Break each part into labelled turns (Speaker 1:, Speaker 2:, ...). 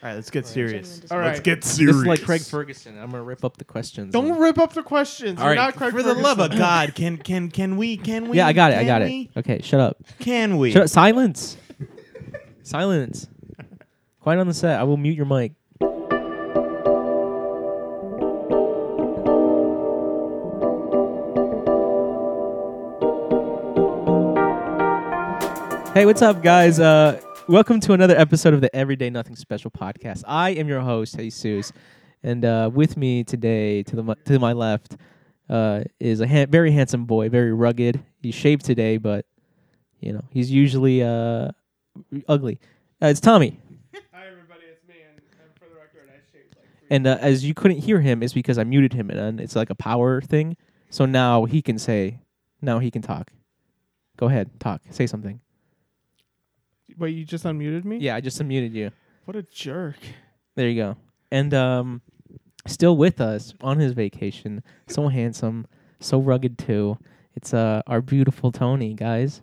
Speaker 1: All right, let's get serious.
Speaker 2: All
Speaker 3: Let's
Speaker 2: right.
Speaker 3: get
Speaker 1: This
Speaker 3: serious.
Speaker 1: is like Craig Ferguson. I'm gonna rip up the questions.
Speaker 2: Don't
Speaker 1: and-
Speaker 2: rip up the questions.
Speaker 3: All
Speaker 2: You're
Speaker 3: right.
Speaker 2: not Craig
Speaker 1: for the love of
Speaker 2: Ferguson.
Speaker 1: God, can can can we? Can we?
Speaker 4: Yeah, I got it. I
Speaker 1: can
Speaker 4: got it.
Speaker 1: we?
Speaker 4: Okay, shut up.
Speaker 1: Can we?
Speaker 4: Shut up. Silence. Silence. Quiet on the set. I will mute your mic. Hey, what's up, guys? Uh, welcome to another episode of the Everyday Nothing Special podcast. I am your host, Jesus, and uh, with me today, to the mi- to my left, uh, is a ha- very handsome boy, very rugged. He's shaved today, but you know he's usually uh, ugly. Uh, it's Tommy,
Speaker 2: Hi everybody, it's me. And, and for the record, I shaved like three.
Speaker 4: and uh, as you couldn't hear him, it's because I muted him, and uh, it's like a power thing. So now he can say, now he can talk. Go ahead, talk, say something.
Speaker 2: Wait, you just unmuted me?
Speaker 4: Yeah, I just unmuted you.
Speaker 2: What a jerk.
Speaker 4: There you go. And um, still with us on his vacation, so handsome, so rugged too. It's uh our beautiful Tony, guys.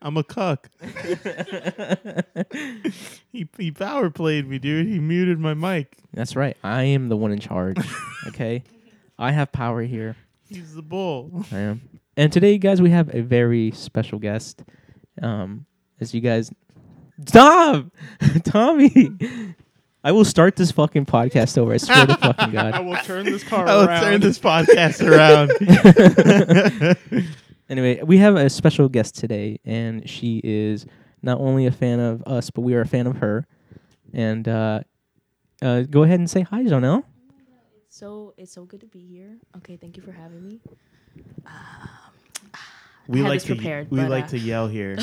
Speaker 1: I'm a cuck. He he power played me, dude. He muted my mic.
Speaker 4: That's right. I am the one in charge. Okay, I have power here.
Speaker 1: He's the bull.
Speaker 4: I am. And today, guys, we have a very special guest. Um, as you guys, stop, Tommy. I will start this fucking podcast over. I swear to fucking
Speaker 2: I
Speaker 4: God.
Speaker 2: will turn this car
Speaker 1: I will
Speaker 2: around.
Speaker 1: turn this podcast around.
Speaker 4: Anyway, we have a special guest today, and she is not only a fan of us, but we are a fan of her. And uh, uh, go ahead and say hi, Jonelle.
Speaker 3: So it's so good to be here. Okay, thank you for having me.
Speaker 1: we
Speaker 3: I had
Speaker 1: like
Speaker 3: this
Speaker 1: to
Speaker 3: prepared,
Speaker 1: we
Speaker 3: but,
Speaker 1: like
Speaker 3: uh,
Speaker 1: to yell here.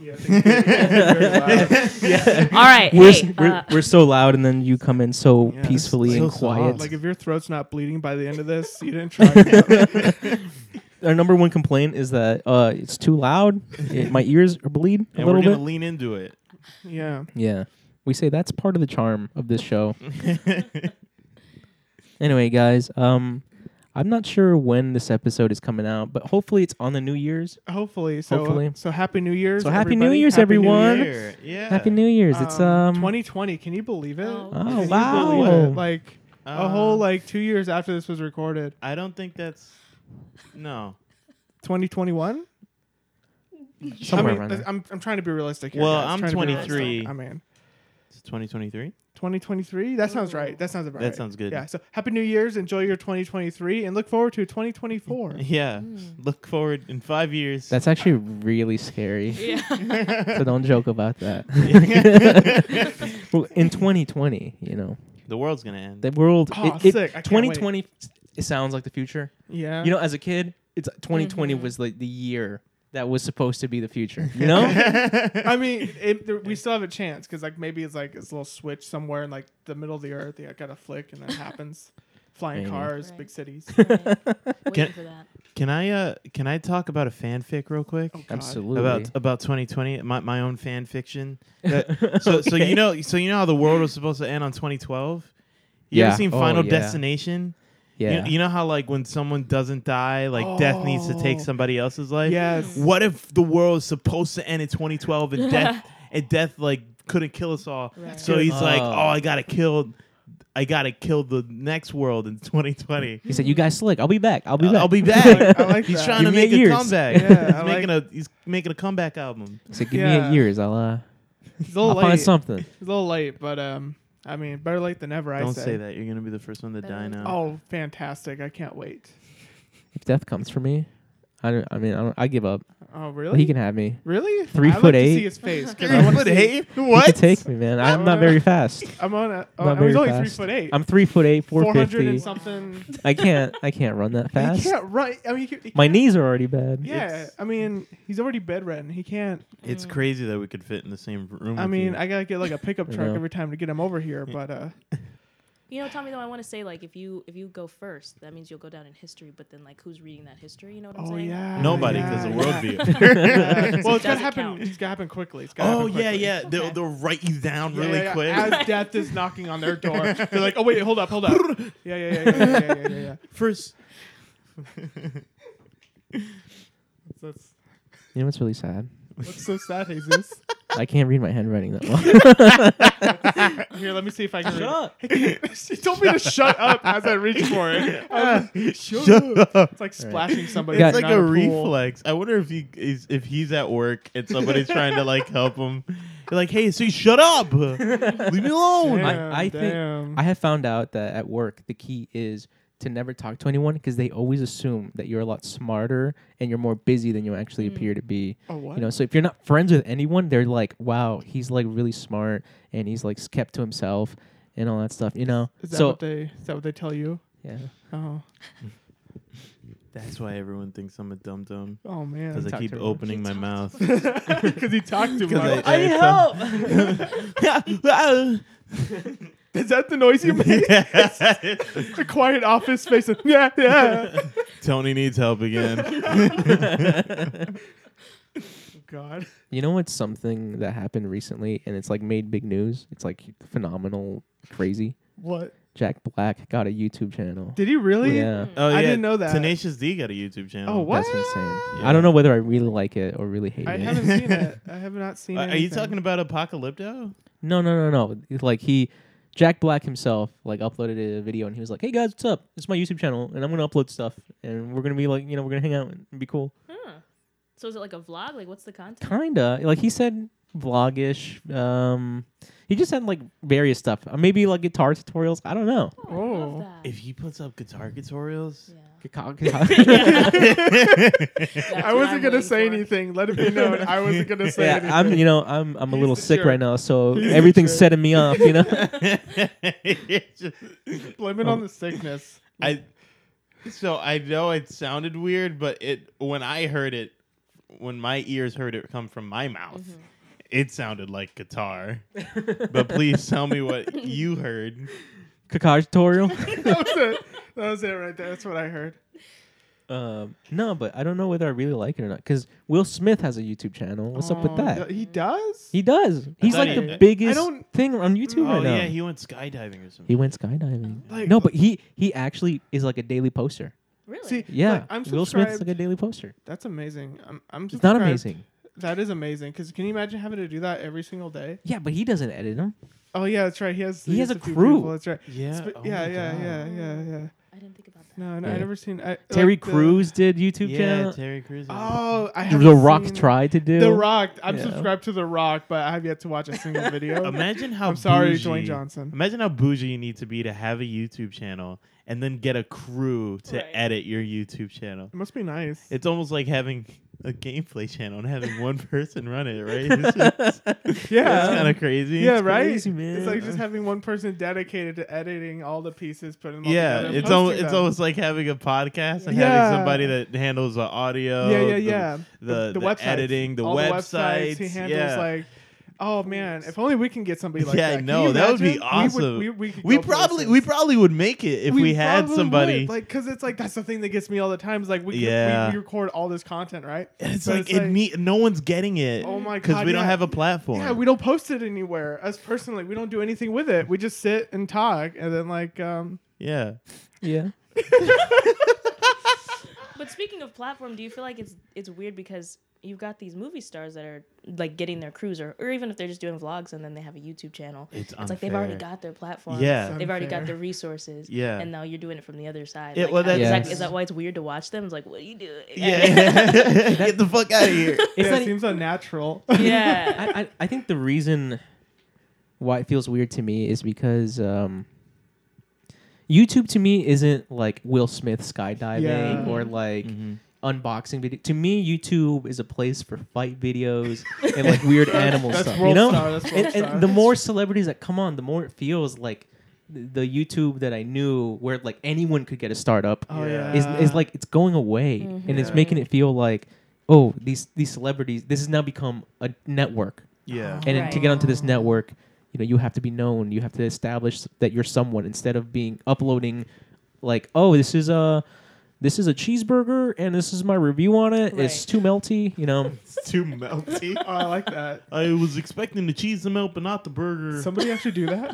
Speaker 2: Yeah, I think you're- you're very loud.
Speaker 4: Yeah.
Speaker 3: All right,
Speaker 4: We're,
Speaker 3: hey,
Speaker 4: s- we're,
Speaker 3: uh,
Speaker 4: we're so loud, and then you come in so
Speaker 1: Yeah,
Speaker 4: peacefully
Speaker 1: so
Speaker 4: and quiet.
Speaker 1: soft.
Speaker 2: like if your throat's not bleeding by the end of this, you didn't try.
Speaker 4: Our number one complaint is that uh, it's too loud. It, my ears are bleed a
Speaker 1: and we're
Speaker 4: little
Speaker 1: gonna
Speaker 4: bit.
Speaker 1: lean into it.
Speaker 2: yeah.
Speaker 4: Yeah. We say that's part of the charm of this show. anyway, guys, um, I'm not sure when this episode is coming out, but hopefully it's on the New Year's.
Speaker 2: Hopefully. So uh,
Speaker 4: Hopefully.
Speaker 2: so happy New Year's.
Speaker 4: So Happy New
Speaker 2: everybody.
Speaker 4: Year's,
Speaker 2: Happy
Speaker 4: everyone.
Speaker 2: Year.
Speaker 1: Here, yeah.
Speaker 4: Happy New Year's. it's um
Speaker 2: 2020. Can you believe it?
Speaker 3: Oh.
Speaker 4: Oh,
Speaker 2: Can you
Speaker 4: wow.
Speaker 2: believe it? Like a
Speaker 1: Uh,
Speaker 2: whole like 2 years after this was recorded.
Speaker 1: I don't think that's no.
Speaker 2: 2021? I
Speaker 4: somewhere
Speaker 2: mean,
Speaker 4: around there.
Speaker 2: I'm, I'm trying to be realistic here.
Speaker 1: Well,
Speaker 2: guys.
Speaker 1: I'm
Speaker 2: Trying to be
Speaker 1: 23.
Speaker 2: realistic. I mean,
Speaker 1: It's 2023.
Speaker 2: 2023? That sounds right. That sounds about
Speaker 1: That
Speaker 2: right.
Speaker 1: sounds good.
Speaker 2: Yeah. So happy New Year's. Enjoy your 2023 and look forward to 2024.
Speaker 1: Yeah. Look forward in five years.
Speaker 4: That's actually really scary.
Speaker 3: yeah.
Speaker 4: so don't joke about that. well, in 2020, you know,
Speaker 1: the world's gonna end.
Speaker 4: the world.
Speaker 2: Oh,
Speaker 4: it, it-
Speaker 2: sick. I can't wait.
Speaker 4: 2020. It sounds like the future.
Speaker 2: yeah.
Speaker 4: You know, as a kid, it's 2020 was like the year that was supposed to be the future. You know.
Speaker 2: I mean, it, there, we still have a chance because like maybe it's like it's a little switch somewhere in like the middle of the earth. They got a flick and that happens. Flying
Speaker 4: Maybe.
Speaker 2: cars,
Speaker 3: Right.
Speaker 2: big cities.
Speaker 3: Waiting for that.
Speaker 1: Can I uh can I talk about a fanfic real quick?
Speaker 2: God.
Speaker 4: Oh, Absolutely.
Speaker 1: About about 2020, my, my own fan fiction. That- so so you know so you know how the world was supposed to end on 2012. You
Speaker 4: Yeah.
Speaker 1: ever seen
Speaker 4: Oh,
Speaker 1: Final
Speaker 4: yeah.
Speaker 1: Destination? You-
Speaker 4: yeah.
Speaker 1: You, know how like when someone doesn't die, like death needs to take
Speaker 2: Oh.
Speaker 1: somebody else's life.
Speaker 2: Yes.
Speaker 1: What if the world is supposed to end in 2012 and death and death like couldn't kill us all?
Speaker 3: That's
Speaker 1: So
Speaker 2: good.
Speaker 1: he's like,
Speaker 4: Oh.
Speaker 1: oh, I gotta kill, I gotta kill the next world in 2020.
Speaker 4: he said, "You guys slick. I'll be back. I'll be back.
Speaker 1: I'll be
Speaker 2: I
Speaker 1: back.
Speaker 2: like
Speaker 1: He's
Speaker 2: that.
Speaker 1: trying to
Speaker 4: Give me
Speaker 1: make
Speaker 4: eight
Speaker 1: a
Speaker 4: years.
Speaker 1: comeback.
Speaker 2: Yeah, I
Speaker 1: he's
Speaker 2: like-
Speaker 1: making a he's making a comeback album.
Speaker 4: He said, "Give me
Speaker 2: Yeah.
Speaker 4: eight years. I'll uh,
Speaker 2: It's a
Speaker 4: I'll
Speaker 2: little
Speaker 4: find
Speaker 2: late.
Speaker 4: something."
Speaker 2: It's a little late, but um, I mean, better late than never. I
Speaker 1: Don't
Speaker 2: say.
Speaker 1: say that. You're gonna be the first one to
Speaker 3: Better
Speaker 1: die
Speaker 3: than-
Speaker 1: now.
Speaker 2: Oh, fantastic! I can't wait.
Speaker 4: If death comes for me, I don't. I mean, I don't. I give up.
Speaker 2: Oh,
Speaker 4: But
Speaker 2: really?
Speaker 4: He can have me.
Speaker 2: really?
Speaker 4: Three
Speaker 2: I'd
Speaker 4: foot
Speaker 2: like To
Speaker 4: eight.
Speaker 2: see his face. 'cause I
Speaker 1: Three
Speaker 2: wanna
Speaker 1: foot
Speaker 2: see-
Speaker 1: eight?
Speaker 4: He
Speaker 1: What?
Speaker 4: can take me, man. I'm not very fast.
Speaker 2: I'm on a. Oh,
Speaker 4: Not
Speaker 2: I was
Speaker 4: very
Speaker 2: only
Speaker 4: fast.
Speaker 2: three foot eight.
Speaker 4: I'm three foot eight, four
Speaker 2: 400 and
Speaker 4: fifty.
Speaker 2: something.
Speaker 4: I can't. I can't run that
Speaker 2: He
Speaker 4: fast.
Speaker 2: can't run. I mean, he, can- he
Speaker 4: My
Speaker 2: can't-
Speaker 4: knees are already bad.
Speaker 2: Yeah,
Speaker 1: It's-
Speaker 2: I mean, he's already bedridden. He can't.
Speaker 1: It's crazy that we could fit in the same room.
Speaker 2: I
Speaker 1: with
Speaker 2: mean,
Speaker 1: you.
Speaker 2: I gotta get like a pickup
Speaker 4: I
Speaker 2: truck
Speaker 4: know.
Speaker 2: every time to get him over here. But uh,
Speaker 3: You know, Tommy. Though I want to say, like, if you if you go first, that means you'll go down in history. But then, like, who's reading that history? You know what I'm
Speaker 2: oh
Speaker 3: saying?
Speaker 2: yeah,
Speaker 1: nobody
Speaker 2: yeah,
Speaker 1: because
Speaker 2: yeah.
Speaker 1: the world view.
Speaker 2: Yeah. well, it's gotta
Speaker 3: Doesn't
Speaker 2: happen.
Speaker 3: count.
Speaker 2: It's gotta happen quickly. It's gotta
Speaker 1: oh
Speaker 2: happen
Speaker 1: yeah,
Speaker 2: quickly.
Speaker 1: yeah. They'll,
Speaker 3: Okay.
Speaker 1: they'll write you down
Speaker 2: Yeah,
Speaker 1: really
Speaker 2: yeah, yeah.
Speaker 1: quick.
Speaker 2: As death is knocking on their door, they're like, "Oh wait, hold up, hold up." Yeah, yeah, yeah, yeah, yeah, yeah, yeah. yeah.
Speaker 1: First,
Speaker 2: That's,
Speaker 4: You know what's really sad?
Speaker 2: that's so sad, Jesus.
Speaker 4: I can't read my handwriting that well.
Speaker 2: Here, let me see if I can.
Speaker 4: Shut
Speaker 2: read it.
Speaker 4: up.
Speaker 2: she told me to shut up as I reach for it. I was-
Speaker 1: Shut up.
Speaker 2: It's like splashing somebody.
Speaker 4: Got-
Speaker 1: It's
Speaker 2: down
Speaker 1: like
Speaker 2: a
Speaker 1: a
Speaker 2: pool.
Speaker 1: reflex. I wonder if he is if he's at work and somebody's trying to like help him. You're like, hey, see, shut up, leave me alone.
Speaker 4: I-
Speaker 2: Damn,
Speaker 4: I think-
Speaker 2: damn.
Speaker 4: I have found out that at work the key is to never talk to anyone because they always assume that you're a lot smarter and you're more busy than you actually
Speaker 3: Mm.
Speaker 4: appear to be.
Speaker 2: Oh, what?
Speaker 4: You know, so if you're not friends with anyone, they're like, "Wow, he's like really smart and he's like kept to himself and all that stuff." You know,
Speaker 2: is that
Speaker 4: so
Speaker 2: what they? Is that what they tell you?
Speaker 4: yeah,
Speaker 2: Oh,
Speaker 1: That's why everyone thinks I'm a dum dum
Speaker 2: oh man.
Speaker 1: because I
Speaker 4: Talk
Speaker 1: keep
Speaker 4: to everyone.
Speaker 1: opening my mouth.
Speaker 2: Because he talked too
Speaker 1: 'Cause
Speaker 2: much.
Speaker 1: I help.
Speaker 2: is that the noise you make? the quiet office space. of- Yeah, yeah. Oh,
Speaker 1: Tony needs help again.
Speaker 2: God.
Speaker 4: you know what's something that happened recently and it's like made big news. It's like phenomenal, crazy.
Speaker 2: What?
Speaker 4: Jack Black got a YouTube channel.
Speaker 2: Did he really?
Speaker 4: Yeah.
Speaker 1: Oh,
Speaker 2: I
Speaker 1: yeah,
Speaker 2: didn't know that.
Speaker 1: Tenacious D got a YouTube channel.
Speaker 2: Oh, what?
Speaker 4: That's insane.
Speaker 1: Yeah.
Speaker 4: I don't know whether I really like it or really hate
Speaker 2: I
Speaker 4: it.
Speaker 2: haven't seen it. I have not seen
Speaker 1: Uh,
Speaker 2: it.
Speaker 1: are you talking about Apocalypto?
Speaker 4: No, no, no, no. It's Like he, Jack Black himself, like uploaded a video and he was like, "Hey guys, what's up? It's my YouTube channel, and I'm gonna upload stuff, and we're gonna be like, you know, we're gonna hang out and be cool."
Speaker 3: Huh. So is it like a vlog? Like what's the content?
Speaker 4: Kinda. Like he said, vlogish. Um, he just had like various stuff. Uh, Maybe like guitar tutorials. I don't know.
Speaker 3: Oh, I love
Speaker 2: Oh.
Speaker 3: that.
Speaker 1: If he puts up guitar tutorials,
Speaker 3: yeah.
Speaker 4: yeah,
Speaker 3: That's
Speaker 2: I
Speaker 3: what
Speaker 2: wasn't
Speaker 3: I'm
Speaker 2: gonna
Speaker 3: waiting
Speaker 2: say
Speaker 3: for.
Speaker 2: anything. Let it be known. I wasn't gonna say anything.
Speaker 4: I'm. You know, I'm. I'm a
Speaker 2: He's
Speaker 4: little
Speaker 2: the
Speaker 4: sick
Speaker 2: jerk.
Speaker 4: right now, so
Speaker 2: He's the
Speaker 4: everything's
Speaker 2: jerk.
Speaker 4: setting me off. You know.
Speaker 1: It's just-
Speaker 2: Blame it on the sickness.
Speaker 1: I so I know it sounded weird, but it when I heard it, when my ears heard it come from my mouth, it sounded like guitar. but please tell me what you heard.
Speaker 4: Kakar tutorial.
Speaker 2: that was it. That was it right there. That's what I heard.
Speaker 4: Um, no, but I don't know whether I really like it or not. Because Will Smith has a YouTube channel. What's up
Speaker 2: Oh,
Speaker 4: with that?
Speaker 2: d- He does.
Speaker 4: He does. He's
Speaker 1: thought
Speaker 4: like
Speaker 1: he-
Speaker 4: the biggest
Speaker 2: I don't-
Speaker 4: thing on YouTube
Speaker 1: oh
Speaker 4: right now.
Speaker 1: yeah,
Speaker 4: he,
Speaker 1: he went skydiving or something.
Speaker 4: went skydiving.
Speaker 2: Like-
Speaker 4: no, but he he actually is like a daily poster.
Speaker 3: Really?
Speaker 2: See,
Speaker 4: Yeah,
Speaker 2: like, I'm
Speaker 4: Will Smith's
Speaker 2: subscribed-
Speaker 4: like a daily poster.
Speaker 2: That's amazing. I'm. I'm
Speaker 4: It's not
Speaker 2: subscribed.
Speaker 4: amazing.
Speaker 2: That is amazing. Because can you imagine having to do that every single day?
Speaker 4: Yeah, but he doesn't edit them.
Speaker 2: Oh yeah, that's right. He has.
Speaker 4: He has a
Speaker 2: few
Speaker 4: crew.
Speaker 2: people, That's right.
Speaker 1: Yeah,
Speaker 2: Sp-
Speaker 1: oh my
Speaker 2: yeah, yeah,
Speaker 1: God.
Speaker 2: yeah, yeah, yeah.
Speaker 3: I didn't think about that.
Speaker 2: No, no,
Speaker 4: Yeah.
Speaker 2: I never seen. I,
Speaker 4: Terry
Speaker 2: like the-
Speaker 4: Crews did YouTube
Speaker 1: Yeah,
Speaker 4: channel.
Speaker 1: Terry Crews.
Speaker 2: Oh, I
Speaker 4: the
Speaker 2: haven't
Speaker 4: Rock
Speaker 2: seen-
Speaker 4: tried to do.
Speaker 2: The Rock. I'm
Speaker 4: Yeah.
Speaker 2: subscribed to The Rock, but I have yet to watch a single video.
Speaker 1: Imagine how
Speaker 2: I'm sorry,
Speaker 1: bougie,
Speaker 2: Dwayne Johnson.
Speaker 1: Imagine how bougie you need to be to have a YouTube channel and then get a crew to
Speaker 3: Right.
Speaker 1: edit your YouTube channel.
Speaker 2: It must be nice.
Speaker 1: It's almost like having a gameplay channel and having one person run it, right? It's just- That's
Speaker 2: yeah,
Speaker 1: kind of crazy.
Speaker 2: yeah, right.
Speaker 4: crazy, man.
Speaker 2: It's like just having one person dedicated to editing all the pieces, putting them all
Speaker 1: Yeah,
Speaker 2: together and
Speaker 1: it's
Speaker 2: posting
Speaker 1: al- it's
Speaker 2: them.
Speaker 1: almost like having a podcast and
Speaker 2: Yeah.
Speaker 1: having somebody that handles the audio.
Speaker 2: yeah, yeah,
Speaker 1: the-
Speaker 2: yeah.
Speaker 1: The, the,
Speaker 2: websites,
Speaker 1: editing, the
Speaker 2: all
Speaker 1: websites.
Speaker 2: He handles
Speaker 1: yeah.
Speaker 2: like, oh man, if only we can get somebody like
Speaker 1: Yeah, I
Speaker 2: that. Can
Speaker 1: know.
Speaker 2: you
Speaker 1: That would be
Speaker 2: imagine? We would-
Speaker 1: awesome.
Speaker 2: We, we, could
Speaker 1: we
Speaker 2: go
Speaker 1: probably
Speaker 2: places.
Speaker 1: we probably would make it if we, had
Speaker 2: probably
Speaker 1: somebody.
Speaker 2: would, like because it's like that's the thing that gets me all the time is like we, could-
Speaker 1: Yeah.
Speaker 2: we, we record all this content right
Speaker 1: And it's
Speaker 2: But
Speaker 1: like it me- no one's getting it.
Speaker 2: Oh my
Speaker 1: Because
Speaker 2: God,
Speaker 1: we don't
Speaker 2: yeah.
Speaker 1: have a platform.
Speaker 2: yeah we don't post it anywhere us personally we don't do anything with it we just sit and talk and then like um
Speaker 1: yeah.
Speaker 4: yeah.
Speaker 3: But speaking of platform, do you feel like it's it's weird because you've got these movie stars that are like getting their crews, or, or even if they're just doing vlogs and then they have a YouTube channel,
Speaker 1: It's
Speaker 3: it's like they've already
Speaker 1: unfair.
Speaker 3: got their platform.
Speaker 1: Yeah.
Speaker 3: They've already got
Speaker 2: Unfair.
Speaker 3: their resources.
Speaker 1: Yeah.
Speaker 3: And now you're doing it from the other side.
Speaker 1: Yeah,
Speaker 3: like,
Speaker 1: well,
Speaker 3: I- is,
Speaker 4: that's-
Speaker 3: that, is that why it's weird to watch them? It's like, what are you doing?
Speaker 1: Yeah. Get the fuck out of here.
Speaker 4: It's
Speaker 2: yeah,
Speaker 4: not e-
Speaker 2: it seems unnatural
Speaker 3: yeah.
Speaker 4: I, I, I think the reason why it feels weird to me is because um, YouTube to me isn't like Will Smith skydiving
Speaker 2: Yeah.
Speaker 4: or like
Speaker 1: Mm-hmm.
Speaker 4: unboxing video. To me, YouTube is a place for fight videos and like weird animal
Speaker 2: That's
Speaker 4: stuff.
Speaker 2: World
Speaker 4: you know,
Speaker 2: Star, that's World
Speaker 4: and, and
Speaker 2: Star.
Speaker 4: the more celebrities that come on, the more it feels like th- the YouTube that I knew where like anyone could get a startup
Speaker 2: oh
Speaker 1: Yeah.
Speaker 2: yeah,
Speaker 4: is, is like it's going away and
Speaker 2: mm-hmm.
Speaker 4: it's making it feel like oh these these celebrities this has now become a network
Speaker 1: Yeah.
Speaker 4: and then to get onto this
Speaker 2: Right.
Speaker 4: network you know you have to be known you have to establish that you're someone instead of being uploading like oh this is a this is a cheeseburger and this is my review on it it's
Speaker 3: Right.
Speaker 4: too melty you know
Speaker 1: It's too melty.
Speaker 2: oh i like that
Speaker 1: I was expecting the cheese to melt, but not the burger.
Speaker 2: somebody actually do that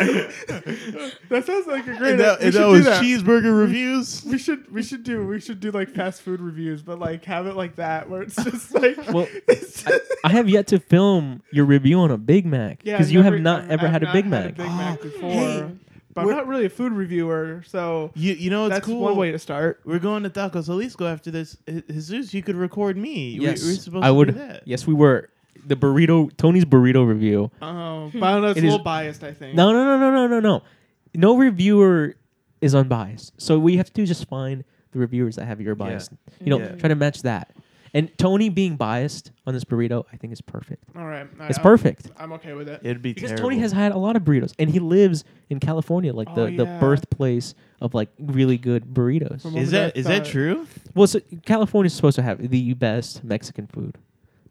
Speaker 1: Wait, what?
Speaker 2: That sounds like a great.
Speaker 1: And that,
Speaker 2: we
Speaker 1: and
Speaker 2: should
Speaker 1: that
Speaker 2: do
Speaker 1: was
Speaker 2: that.
Speaker 1: cheeseburger reviews.
Speaker 2: We should we should do we should do like fast food reviews, but like have it like that where it's just like
Speaker 4: Well,
Speaker 2: it's
Speaker 4: I, I have yet to film your review on a Big Mac
Speaker 2: Yeah,
Speaker 4: because you have
Speaker 2: never-
Speaker 4: not
Speaker 2: I've
Speaker 4: ever had, a
Speaker 2: not
Speaker 4: Big
Speaker 2: had
Speaker 4: Mac.
Speaker 2: a Big Mac
Speaker 1: Oh,
Speaker 2: before,
Speaker 1: hey,
Speaker 2: but I'm
Speaker 1: we're-
Speaker 2: not really a food reviewer, so
Speaker 1: You you know it's
Speaker 2: that's
Speaker 1: cool.
Speaker 2: one way to start.
Speaker 1: We're going to Taco Jalisco after this. H- Jesus, you could record me. We-
Speaker 4: yes,
Speaker 1: we, are supposed
Speaker 4: I
Speaker 1: to
Speaker 4: would.
Speaker 1: do that.
Speaker 4: Yes, we were. The burrito, Tony's burrito review.
Speaker 2: Oh, but I don't know. It's
Speaker 4: It
Speaker 2: a
Speaker 4: is-
Speaker 2: little biased, I think.
Speaker 4: No, no, no, no, no, no, no. No reviewer is unbiased. So what you have to do is just find the reviewers that have your bias. You know,
Speaker 1: Yeah.
Speaker 4: try to match that. And Tony being biased on this burrito, I think is perfect.
Speaker 2: All right, I-
Speaker 4: It's
Speaker 2: I'm-
Speaker 4: perfect
Speaker 2: I'm okay with it.
Speaker 1: It'd be
Speaker 4: because
Speaker 1: terrible.
Speaker 4: Tony has had a lot of burritos, and he lives in California, like the,
Speaker 2: Oh,
Speaker 4: the
Speaker 2: yeah.
Speaker 4: birthplace of like really good burritos.
Speaker 2: From
Speaker 1: Is that is that
Speaker 2: Uh,
Speaker 1: true?
Speaker 4: Well, so California's supposed to have the best Mexican food.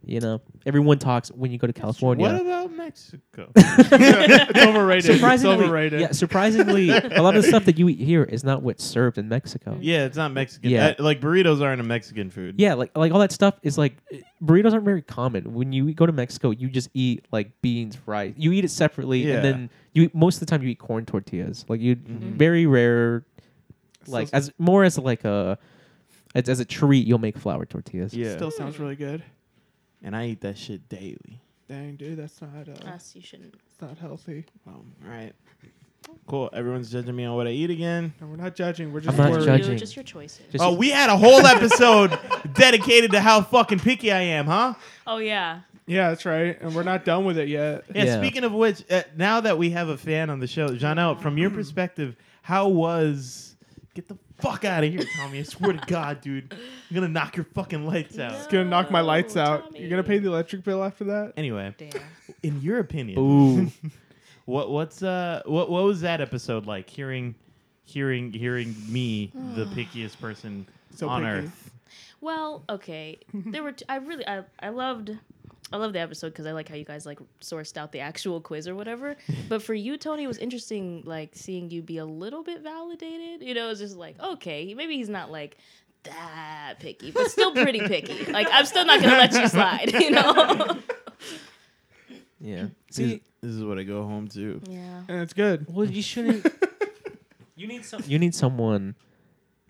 Speaker 4: You know, everyone talks when you go to
Speaker 1: What
Speaker 4: California.
Speaker 1: about Mexico?
Speaker 2: it's overrated. it's
Speaker 4: Surprisingly,
Speaker 2: overrated.
Speaker 4: yeah, surprisingly, a lot of the stuff that you eat here is not what's served in Mexico.
Speaker 1: yeah, it's not Mexican.
Speaker 4: Yeah.
Speaker 1: That- Uh, like burritos aren't a Mexican food.
Speaker 4: Yeah, like like all that stuff is like eh, burritos aren't very common. When you go to Mexico, you just eat like beans, rice. You eat it separately,
Speaker 1: Yeah.
Speaker 4: and then you eat, most of the time you eat corn tortillas. Like you,
Speaker 2: Mm-hmm.
Speaker 4: very rare, like
Speaker 2: Still-
Speaker 4: as more as like a as, as a treat, you'll make flour tortillas.
Speaker 1: yeah.
Speaker 2: Still sounds really good.
Speaker 1: and I eat that shit daily.
Speaker 2: Dang, dude, that's not uh,
Speaker 3: Us, you shouldn't.
Speaker 2: it's not healthy.
Speaker 1: Well, Um, all right, cool. Everyone's judging me on what I eat again.
Speaker 2: No, we're not judging. We're
Speaker 4: I'm
Speaker 2: just
Speaker 4: not
Speaker 2: worried.
Speaker 4: judging.
Speaker 3: You, just your choices.
Speaker 4: Just-
Speaker 1: Oh, we had a whole episode dedicated to how fucking picky I am, huh?
Speaker 3: oh yeah.
Speaker 2: Yeah, that's right. And we're not done with it yet.
Speaker 1: Yeah.
Speaker 4: Yeah.
Speaker 1: Speaking of which, uh, now that we have a fan on the show, Janelle, from your perspective, how was? Get the fuck out of here, Tommy! I swear to God, dude, you're gonna knock your fucking lights out.
Speaker 2: It's gonna knock my lights
Speaker 3: No,
Speaker 2: out. You're gonna pay
Speaker 3: Tommy.
Speaker 2: the electric bill after that.
Speaker 1: Anyway,
Speaker 3: Damn.
Speaker 1: in your opinion,
Speaker 4: Ooh.
Speaker 1: what what's uh what what was that episode like? Hearing, hearing, hearing me, the pickiest person
Speaker 2: So
Speaker 1: on
Speaker 2: picky.
Speaker 1: earth.
Speaker 3: Well, okay. There were. T- I really. I. I loved. I love the episode because I like how you guys like sourced out the actual quiz or whatever. But for you, Tony, it was interesting, like seeing you be a little bit validated. You know, it was just like, okay, maybe he's not like that picky, but still pretty picky. Like I'm still not gonna let you slide. You know.
Speaker 4: yeah. See,
Speaker 1: this is what I go home to.
Speaker 3: yeah.
Speaker 2: And it's good.
Speaker 4: well, you shouldn't. you need some. You need someone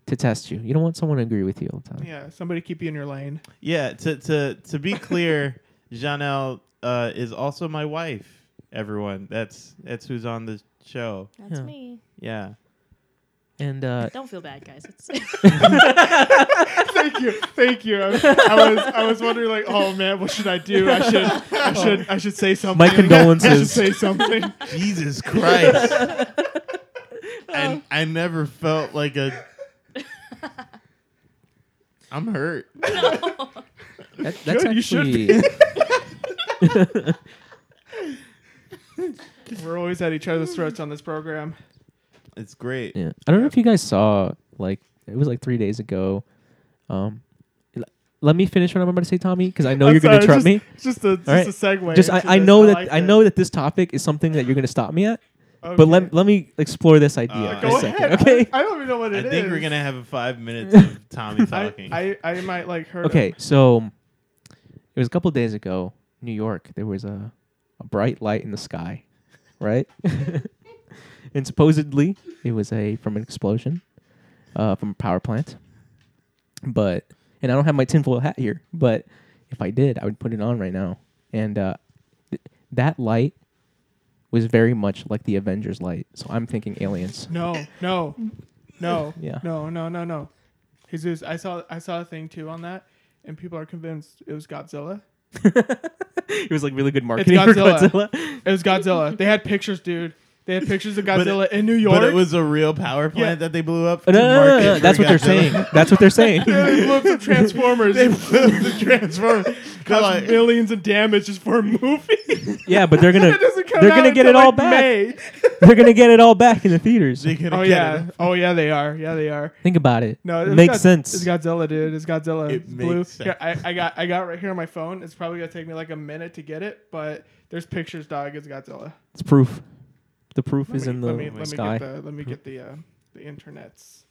Speaker 4: to test you. You don't want someone to agree with you all the time.
Speaker 2: Yeah, somebody keep you in your lane.
Speaker 1: Yeah, to to to be clear, Janelle uh, is also my wife. Everyone, that's that's who's on the show.
Speaker 3: That's
Speaker 4: Yeah.
Speaker 3: me.
Speaker 1: Yeah,
Speaker 4: And uh,
Speaker 3: Don't feel bad, guys. It's
Speaker 2: Thank you, thank you. I, I was I was wondering like, oh man, what should I do? I should I should I should say something.
Speaker 4: My condolences.
Speaker 2: I should say something.
Speaker 1: Jesus Christ! I I never felt like a. I'm hurt.
Speaker 3: no.
Speaker 4: that, that's
Speaker 2: Good, you should
Speaker 4: actually.
Speaker 2: We're always at each other's throats on this program.
Speaker 1: It's great.
Speaker 4: Yeah. I don't know if you guys saw like it was like 3 days ago. Um l- let me finish what I'm about to say Tommy cuz I know
Speaker 2: I'm
Speaker 4: you're going to
Speaker 2: sorry,
Speaker 4: interrupt
Speaker 2: just,
Speaker 4: me.
Speaker 2: Just a just
Speaker 4: All right.
Speaker 2: a segue.
Speaker 4: Just I,
Speaker 2: into
Speaker 4: I
Speaker 2: this.
Speaker 4: know that
Speaker 2: like
Speaker 4: I
Speaker 2: it.
Speaker 4: know that this topic is something that you're going to stop me at,
Speaker 2: Okay.
Speaker 4: but let let me explore this idea
Speaker 1: Uh,
Speaker 4: for
Speaker 2: go
Speaker 4: a
Speaker 2: ahead.
Speaker 4: second, okay?
Speaker 2: I, I don't even know what
Speaker 1: I
Speaker 2: it is.
Speaker 1: think we're gonna have five minutes of Tommy
Speaker 2: I,
Speaker 1: talking.
Speaker 2: I, I might like hurt.
Speaker 4: Okay,
Speaker 2: him.
Speaker 4: so it was a couple days ago, New York. There was a, a bright light in the sky, right? and supposedly it was a from an explosion uh, from a power plant. But and I don't have my tinfoil hat here, but if I did, I would put it on right now. And uh, th- that light was very much like the Avengers light. So I'm thinking aliens.
Speaker 2: No, no, no,
Speaker 4: Yeah.
Speaker 2: no, no, no, no. Jesus, I saw I saw a thing too on that, and people are convinced it was Godzilla.
Speaker 4: it was like really good marketing for
Speaker 2: Godzilla.
Speaker 4: Godzilla.
Speaker 2: It was Godzilla. they had pictures, dude. They had pictures of
Speaker 1: But it-
Speaker 2: Godzilla in New York.
Speaker 1: but it was a real power plant
Speaker 2: Yeah.
Speaker 1: that they blew up.
Speaker 4: No,
Speaker 1: to
Speaker 4: no, no, no,
Speaker 1: market
Speaker 4: no,
Speaker 1: for
Speaker 4: That's what they're
Speaker 1: Godzilla.
Speaker 4: saying. That's what they're saying.
Speaker 2: Yeah, they blew up some Transformers.
Speaker 1: They
Speaker 2: they
Speaker 1: blew up the transformer. They're
Speaker 2: caused
Speaker 1: like,
Speaker 2: millions of damage just for a movie.
Speaker 4: Yeah, but they're gonna
Speaker 2: It doesn't come
Speaker 4: they're
Speaker 2: out
Speaker 4: gonna get
Speaker 2: until,
Speaker 4: it all
Speaker 2: like,
Speaker 4: back.
Speaker 2: May.
Speaker 4: They're gonna get it all back in the theaters.
Speaker 1: they're gonna
Speaker 2: Oh
Speaker 1: get
Speaker 2: yeah,
Speaker 1: it.
Speaker 2: oh yeah, they are. Yeah, they are.
Speaker 4: Think about it.
Speaker 2: No,
Speaker 4: it
Speaker 2: it's
Speaker 4: makes
Speaker 2: Go- It's
Speaker 4: sense.
Speaker 2: Godzilla, dude. It's Godzilla.
Speaker 1: It
Speaker 2: it's blue.
Speaker 1: makes sense.
Speaker 2: Here, I, I got I got right here on my phone. It's probably gonna take me like a minute to get it, but there's pictures, dog. It's Godzilla.
Speaker 4: It's proof. The proof is
Speaker 2: Let me-
Speaker 4: in the
Speaker 2: let me, let me
Speaker 4: sky.
Speaker 2: Get the, let me get the uh, the internets.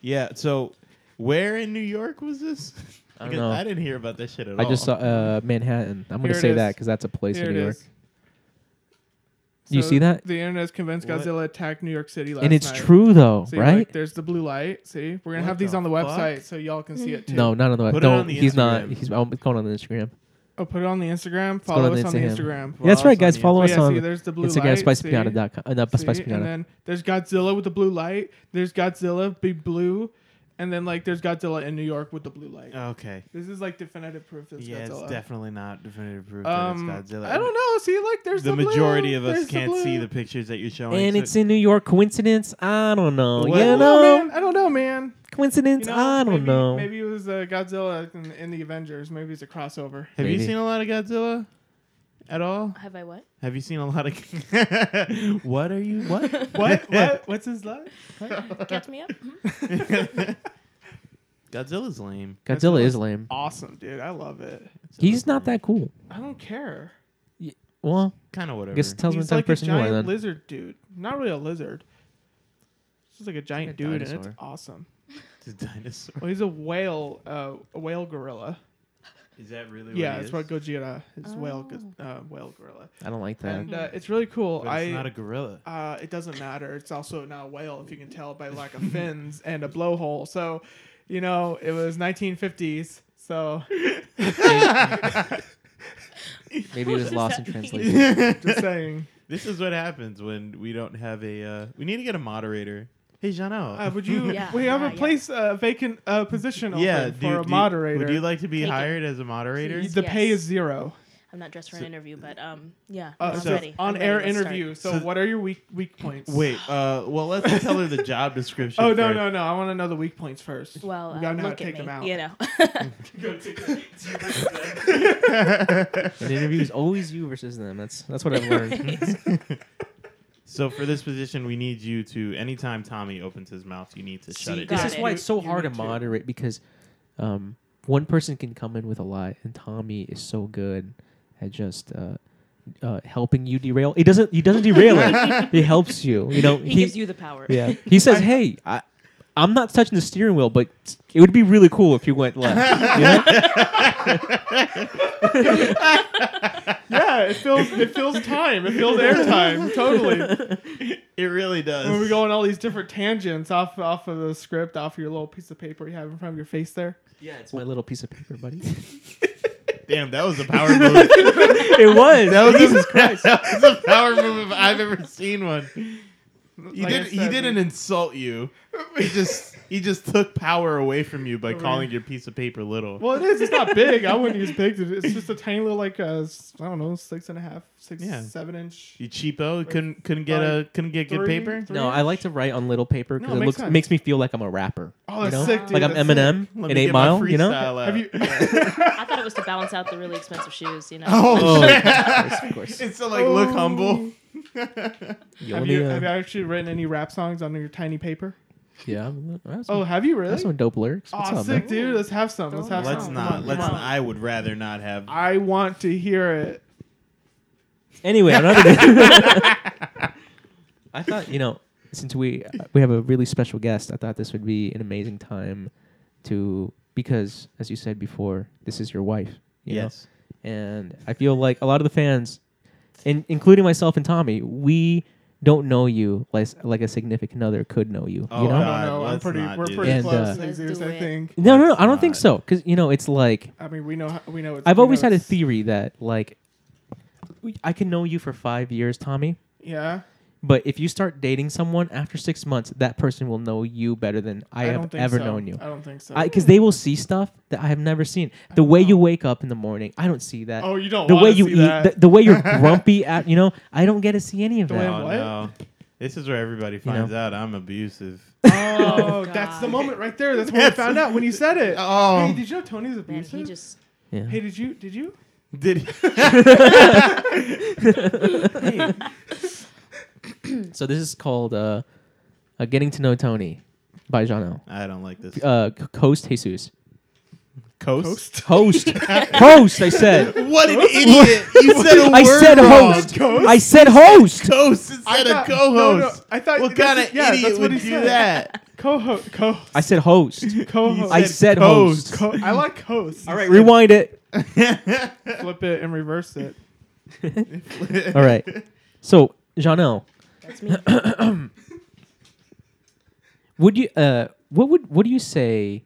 Speaker 1: Yeah. So, where in New York was this?
Speaker 4: I don't
Speaker 1: Because
Speaker 4: know.
Speaker 1: I didn't hear about this shit at all.
Speaker 4: I just saw uh, Manhattan. I'm gonna
Speaker 2: Here it
Speaker 4: say
Speaker 2: is.
Speaker 4: that because that's a place
Speaker 2: Here
Speaker 4: in
Speaker 2: it
Speaker 4: New York.
Speaker 2: is.
Speaker 4: Do you see that?
Speaker 2: The internet's convinced
Speaker 1: What?
Speaker 2: Godzilla attacked New York City last
Speaker 4: and it's
Speaker 2: night.
Speaker 4: true though,
Speaker 2: See,
Speaker 4: right?
Speaker 2: Like, there's the blue light. See, we're gonna
Speaker 1: What
Speaker 2: have these
Speaker 1: the
Speaker 2: on the
Speaker 1: fuck?
Speaker 2: website so y'all can see it too.
Speaker 4: Mm-hmm. no, not on the web.
Speaker 1: Put it
Speaker 4: Don't.
Speaker 1: on the
Speaker 4: he's not.
Speaker 1: Instagram.
Speaker 4: He's I'm going on the Instagram.
Speaker 2: Oh, put it on the Instagram.
Speaker 4: go on
Speaker 2: Follow
Speaker 4: the
Speaker 2: us on the
Speaker 4: Instagram.
Speaker 2: Instagram.
Speaker 1: Follow
Speaker 4: that's
Speaker 1: us
Speaker 4: right,
Speaker 1: on
Speaker 4: guys.
Speaker 1: the
Speaker 4: Follow
Speaker 2: But
Speaker 4: us
Speaker 2: yeah, see,
Speaker 4: on
Speaker 2: there's the blue
Speaker 4: Instagram.
Speaker 2: light. see?
Speaker 4: SpicePianata.com. Uh, not
Speaker 2: See?
Speaker 4: Spice
Speaker 2: And
Speaker 4: Pianata.
Speaker 2: then there's Godzilla with the blue light. There's Godzilla big blue, and then like there's Godzilla in New York with the blue light.
Speaker 1: Okay.
Speaker 2: this is like definitive proof that it's
Speaker 1: Uh, yeah,
Speaker 2: Godzilla.
Speaker 1: it's definitely not definitive proof
Speaker 2: um,
Speaker 1: that it's Godzilla.
Speaker 2: I don't know. See, like there's
Speaker 1: The,
Speaker 2: the,
Speaker 1: majority
Speaker 2: blue,
Speaker 1: of us
Speaker 2: there's
Speaker 1: can't see
Speaker 2: blue.
Speaker 1: the pictures that you're showing.
Speaker 4: And
Speaker 1: so-
Speaker 4: it's in New York. Coincidence? I don't know.
Speaker 1: Well,
Speaker 4: you
Speaker 2: I don't
Speaker 4: know,
Speaker 2: know, man. I don't know, man. You
Speaker 4: coincidence?
Speaker 2: know,
Speaker 4: I don't
Speaker 2: maybe,
Speaker 4: know.
Speaker 2: Maybe it was uh, Godzilla in, in the Avengers. Maybe it's a crossover.
Speaker 1: Have you
Speaker 4: Maybe.
Speaker 1: seen a lot of Godzilla? At all?
Speaker 3: Have I what?
Speaker 1: Have you seen a lot of? what are you? What?
Speaker 2: What? what? What's his last?
Speaker 3: Catch me up. Mm-hmm.
Speaker 1: Godzilla's lame.
Speaker 4: Godzilla
Speaker 2: Godzilla
Speaker 4: is lame.
Speaker 2: Awesome, dude. I love it.
Speaker 4: He's not that cool.
Speaker 2: I don't care.
Speaker 4: Well,
Speaker 1: kind of whatever.
Speaker 4: I guess it tells me the
Speaker 2: He's
Speaker 4: type
Speaker 2: like
Speaker 4: of person
Speaker 2: a
Speaker 4: you are
Speaker 2: giant
Speaker 4: then.
Speaker 2: lizard dude. Not really a lizard. He's just like a giant
Speaker 4: Like a
Speaker 2: dude, and
Speaker 4: dinosaur.
Speaker 2: it's awesome.
Speaker 1: It's a dinosaur.
Speaker 2: Well, he's a whale, uh, a whale gorilla.
Speaker 1: Is that really?
Speaker 2: yeah,
Speaker 1: what
Speaker 2: that's what Gojira is. Whale, go-
Speaker 3: Oh.
Speaker 2: uh, whale gorilla,
Speaker 4: I don't like that.
Speaker 2: and uh, it's really cool.
Speaker 1: But
Speaker 2: I
Speaker 1: it's not a gorilla.
Speaker 2: uh, it doesn't matter. It's also not a whale, if you can tell by lack of fins and a blowhole. So, you know, it was 1950s. So
Speaker 4: Maybe it
Speaker 3: What
Speaker 4: was
Speaker 3: does
Speaker 4: lost in
Speaker 3: that mean?
Speaker 4: translation.
Speaker 2: just saying,
Speaker 1: this is what happens when we don't have a. Uh, we need to get a moderator. Hey, Jano.
Speaker 2: uh, would you?
Speaker 3: Yeah,
Speaker 2: we have
Speaker 3: yeah,
Speaker 2: a
Speaker 3: yeah.
Speaker 2: place uh, vacant uh, position open
Speaker 1: yeah,
Speaker 2: for
Speaker 1: do- do
Speaker 2: a
Speaker 1: you-
Speaker 2: moderator.
Speaker 1: Would you like to be
Speaker 3: Take it.
Speaker 1: hired as a moderator?
Speaker 3: Please.
Speaker 2: the pay
Speaker 3: Yes.
Speaker 2: is zero.
Speaker 3: I'm not dressed for
Speaker 1: So-
Speaker 3: an interview, but um, yeah,
Speaker 2: Uh,
Speaker 3: I'm
Speaker 1: so-
Speaker 3: ready. I'm
Speaker 2: on
Speaker 3: ready.
Speaker 2: air
Speaker 3: Let's start.
Speaker 2: interview. So,
Speaker 1: So-
Speaker 2: what are your weak weak points?
Speaker 1: Wait. Uh, well, let's tell her the job description.
Speaker 2: Oh no
Speaker 1: first.
Speaker 2: no no! I want to know the weak points first.
Speaker 3: Well,
Speaker 2: we
Speaker 3: uh,
Speaker 2: gotta know how
Speaker 3: look
Speaker 2: to
Speaker 3: at
Speaker 2: take
Speaker 3: me.
Speaker 2: them out.
Speaker 3: You know,
Speaker 4: An interview is always you versus them. That's that's what I've learned.
Speaker 1: So for this position, we need you to. Anytime Tommy opens his mouth, you need to shut
Speaker 3: See,
Speaker 1: it.
Speaker 3: got
Speaker 1: down.
Speaker 4: this is
Speaker 3: it.
Speaker 4: why it's so
Speaker 2: You- you
Speaker 4: hard to
Speaker 2: need to.
Speaker 4: moderate because um, one person can come in with a lot, and Tommy is so good at just uh, uh, helping you derail. He doesn't. He doesn't derail it. He helps you. You know.
Speaker 3: he, gives you the power.
Speaker 4: Yeah. He says, "Hey, I, I'm not touching the steering wheel, but it would be really cool if you went left." You know?
Speaker 2: Yeah, it fills it fills time. It fills air time. Totally.
Speaker 1: It really does.
Speaker 2: when we go on all these different tangents off off of the script, off your little piece of paper you have in front of your face there.
Speaker 4: Yeah, it's my little piece of paper, buddy.
Speaker 1: Damn, that was a power move.
Speaker 4: it was.
Speaker 1: That was
Speaker 4: Jesus
Speaker 1: a,
Speaker 4: Christ.
Speaker 1: That was a power move if I've ever seen one. He
Speaker 2: Like I
Speaker 1: did. He
Speaker 2: said,
Speaker 1: didn't
Speaker 2: we-
Speaker 1: insult you. He just he just took power away from you by calling your piece of paper little.
Speaker 2: Well, it is. It's not big. I wouldn't use big. to- It's just a tiny little like uh, s- I don't know, six and a half, six,
Speaker 1: Yeah.
Speaker 2: seven inch.
Speaker 1: you cheapo couldn't couldn't get a couldn't get good
Speaker 2: three-
Speaker 1: paper.
Speaker 2: three
Speaker 4: No, I like to write on little paper because
Speaker 2: No, it
Speaker 4: it,
Speaker 2: makes
Speaker 4: looks
Speaker 2: sense.
Speaker 4: makes me feel like I'm a rapper.
Speaker 2: Oh, that's
Speaker 4: you know?
Speaker 2: sick, dude.
Speaker 4: like I'm
Speaker 2: that's
Speaker 4: Eminem
Speaker 1: Let
Speaker 4: in
Speaker 1: me
Speaker 4: Eight
Speaker 1: get my
Speaker 4: Mile. You know.
Speaker 1: freestyle out.
Speaker 2: Sick. Have you?
Speaker 3: I thought it was to balance out the really expensive shoes. You know,
Speaker 1: Oh,
Speaker 4: Oh,
Speaker 1: shit.
Speaker 4: of course, of course.
Speaker 1: It's to like look
Speaker 2: Oh.
Speaker 1: humble.
Speaker 4: You
Speaker 2: have,
Speaker 4: only,
Speaker 2: you,
Speaker 4: uh,
Speaker 2: have you actually written any rap songs on your tiny paper?
Speaker 4: yeah. I'm- I have some-
Speaker 2: Oh, have you
Speaker 4: I
Speaker 2: really?
Speaker 4: have some dope lyrics. What's
Speaker 2: Aw,
Speaker 4: up,
Speaker 2: sick,
Speaker 4: man?
Speaker 2: dude. Let's have some. Let's
Speaker 3: Don't
Speaker 2: have
Speaker 3: know.
Speaker 2: some.
Speaker 1: Let's
Speaker 3: Oh,
Speaker 1: not.
Speaker 2: Come on,
Speaker 1: Let's.
Speaker 2: come
Speaker 1: Not,
Speaker 2: on.
Speaker 1: I would rather not have.
Speaker 2: I want to hear it.
Speaker 4: Anyway, another day. I thought you know, since we we have a really special guest, I thought this would be an amazing time to because, as you said before, this is your wife. You know?
Speaker 1: yes.
Speaker 4: and I feel like a lot of the fans, in, including myself and Tommy, we don't know you like like a significant other could know you.
Speaker 1: Oh,
Speaker 4: you know?
Speaker 2: I
Speaker 1: God.
Speaker 2: don't know. I'm
Speaker 1: let's
Speaker 2: pretty.
Speaker 1: not
Speaker 2: We're
Speaker 1: do
Speaker 2: pretty
Speaker 4: this.
Speaker 2: close.
Speaker 4: And,
Speaker 3: uh,
Speaker 2: Xavier's,
Speaker 3: Let's do
Speaker 2: I
Speaker 3: it.
Speaker 2: think.
Speaker 4: No, no, no,
Speaker 1: That's
Speaker 4: I don't think
Speaker 1: not-
Speaker 4: so. Because you know, it's like
Speaker 2: I mean, we know. how- We know. It's,
Speaker 4: I've
Speaker 2: we
Speaker 4: always
Speaker 2: know
Speaker 4: had a
Speaker 2: it's-
Speaker 4: theory that like we- I can know you for five years, Tommy.
Speaker 2: Yeah.
Speaker 4: But if you start dating someone after six months, that person will know you better than I,
Speaker 2: don't
Speaker 4: have
Speaker 2: think
Speaker 4: ever
Speaker 2: so. Uh,
Speaker 4: known you.
Speaker 2: I don't think so.
Speaker 4: Because they will see stuff that I have never seen. The way you wake up in the morning, I don't see that.
Speaker 2: oh, you don't.
Speaker 4: the way
Speaker 2: wanna
Speaker 4: you
Speaker 2: see
Speaker 4: eat,
Speaker 2: that.
Speaker 4: the, the way you're grumpy at, you know, I don't get to see any of
Speaker 2: The
Speaker 4: that.
Speaker 2: way
Speaker 1: Oh
Speaker 2: What?
Speaker 1: no. This is where everybody
Speaker 4: know.
Speaker 1: finds out I'm abusive.
Speaker 2: oh,
Speaker 3: God.
Speaker 2: that's the moment right there. That's when I found out when you said it.
Speaker 1: Oh.
Speaker 2: Hey, did you know Tony's
Speaker 3: man,
Speaker 2: abusive?
Speaker 3: he just
Speaker 4: Yeah.
Speaker 2: hey, did you? Did you?
Speaker 1: Did
Speaker 4: So this is called uh, uh, "Getting to Know Tony" by Jano.
Speaker 1: I don't like this.
Speaker 4: Uh, c- Coast Jesus.
Speaker 1: coast?
Speaker 4: Host. host. I said.
Speaker 1: What an idiot! You said a word
Speaker 4: I said
Speaker 1: wrong.
Speaker 4: host. I said host.
Speaker 1: Coast instead
Speaker 2: thought-
Speaker 1: of co-host.
Speaker 2: no, no, I thought
Speaker 1: what
Speaker 2: that's-
Speaker 1: kind of
Speaker 2: yeah,
Speaker 1: idiot
Speaker 2: that's what
Speaker 1: would
Speaker 2: he
Speaker 1: do
Speaker 2: said.
Speaker 1: that?
Speaker 2: Co-host. Co-host.
Speaker 4: I said host.
Speaker 2: co-host.
Speaker 4: I said host.
Speaker 2: Co- I like host. All right,
Speaker 4: Rewind it.
Speaker 2: flip it and reverse it.
Speaker 4: All right. So Janelle,
Speaker 3: That's me.
Speaker 4: would you? Uh, what would? What do you say?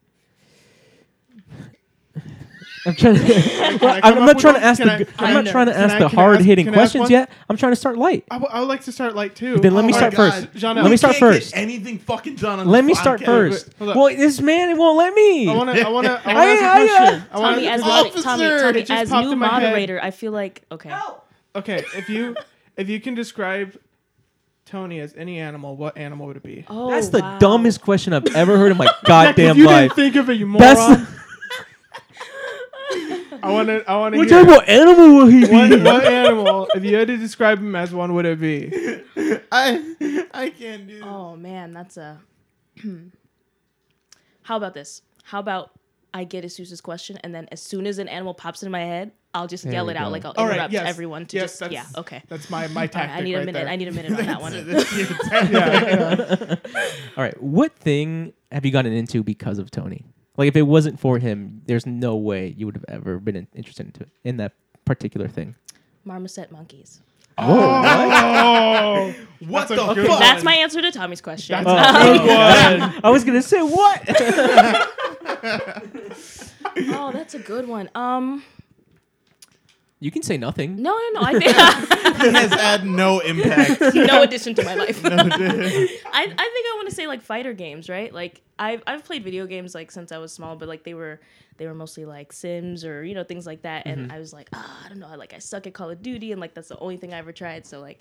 Speaker 4: I'm trying. To,
Speaker 2: Can I
Speaker 4: I'm
Speaker 2: come
Speaker 4: not
Speaker 2: up
Speaker 4: trying
Speaker 2: with
Speaker 4: to ask
Speaker 2: one?
Speaker 4: the.
Speaker 2: Can I-
Speaker 4: I'm
Speaker 2: can
Speaker 4: not
Speaker 2: I-
Speaker 4: trying to
Speaker 2: can
Speaker 4: ask
Speaker 2: I-
Speaker 4: the
Speaker 2: can I
Speaker 4: hard hitting
Speaker 2: can I ask
Speaker 4: questions
Speaker 2: one? Oh,
Speaker 4: yet. I'm trying to start light.
Speaker 2: I would- I would like to start light too.
Speaker 4: Then let me
Speaker 2: Oh my
Speaker 4: start
Speaker 2: God.
Speaker 4: first.
Speaker 2: John,
Speaker 4: Let
Speaker 2: I-
Speaker 4: me start
Speaker 1: can't get
Speaker 4: first.
Speaker 1: anything fucking done on
Speaker 4: Let
Speaker 1: this
Speaker 4: me start
Speaker 1: podcast.
Speaker 4: first.
Speaker 2: Hold up.
Speaker 4: Well, this man won't let me.
Speaker 2: I want to. I want to. I
Speaker 4: I-
Speaker 2: want to
Speaker 4: I-
Speaker 3: Tommy, as,
Speaker 2: ask a question. I wanna ask a
Speaker 3: mod-
Speaker 1: Officer,
Speaker 3: Tommy,
Speaker 1: it
Speaker 3: Tommy,
Speaker 2: just
Speaker 3: as
Speaker 2: popped
Speaker 3: new
Speaker 2: in my head.
Speaker 3: moderator, I feel like okay.
Speaker 2: Okay, if you if you can describe Tony as any animal, what animal would it be?
Speaker 3: Oh,
Speaker 4: That's the
Speaker 3: wow.
Speaker 4: dumbest question I've ever heard in my
Speaker 2: Heck, if
Speaker 4: goddamn
Speaker 2: you
Speaker 4: life.
Speaker 2: didn't think of it, you moron.
Speaker 4: That's
Speaker 2: I want to. I want to.
Speaker 4: what
Speaker 2: hear
Speaker 4: type of animal will he
Speaker 2: What,
Speaker 4: be?
Speaker 2: what animal? If you had to describe him as one, would it be?
Speaker 1: I I can't do. this.
Speaker 3: Oh man, that's a. How about this? How about I get Asus's question, and then as soon as an animal pops into my head, I'll just
Speaker 4: There
Speaker 3: yell
Speaker 4: we
Speaker 3: it out
Speaker 4: go.
Speaker 3: like I'll
Speaker 2: All right,
Speaker 3: interrupt
Speaker 2: yes.
Speaker 3: everyone to
Speaker 2: Yes,
Speaker 3: just
Speaker 2: that's-
Speaker 3: yeah okay.
Speaker 2: That's my
Speaker 3: All
Speaker 2: my
Speaker 3: right,
Speaker 2: tactic.
Speaker 3: I need a
Speaker 2: right
Speaker 3: minute.
Speaker 2: there.
Speaker 3: I need a minute on that one.
Speaker 1: That's your tactic.
Speaker 2: yeah, yeah.
Speaker 4: All right, what thing have you gotten into because of Tony? Like, if it wasn't for him, there's no way you would have ever been in- interested into in that particular thing.
Speaker 3: Marmoset monkeys.
Speaker 2: Oh,
Speaker 1: What
Speaker 2: That's a
Speaker 1: the
Speaker 2: good
Speaker 1: fuck?
Speaker 2: one.
Speaker 3: That's my answer to Tommy's question. Um,
Speaker 2: That's a Oh, good one.
Speaker 4: I was gonna say what?
Speaker 3: oh, that's a good one. Um,
Speaker 4: you can say nothing.
Speaker 3: no, no, no. I think
Speaker 1: It has had no impact.
Speaker 3: no addition to my life.
Speaker 1: No,
Speaker 3: I, I think I want to say like fighter games, right? Like I've I've played video games like since I was small, but like they were they were mostly like Sims or you know things like that, and I was like, ah, I don't know, I like I suck at Call of Duty, and like that's the only thing I ever tried. So like,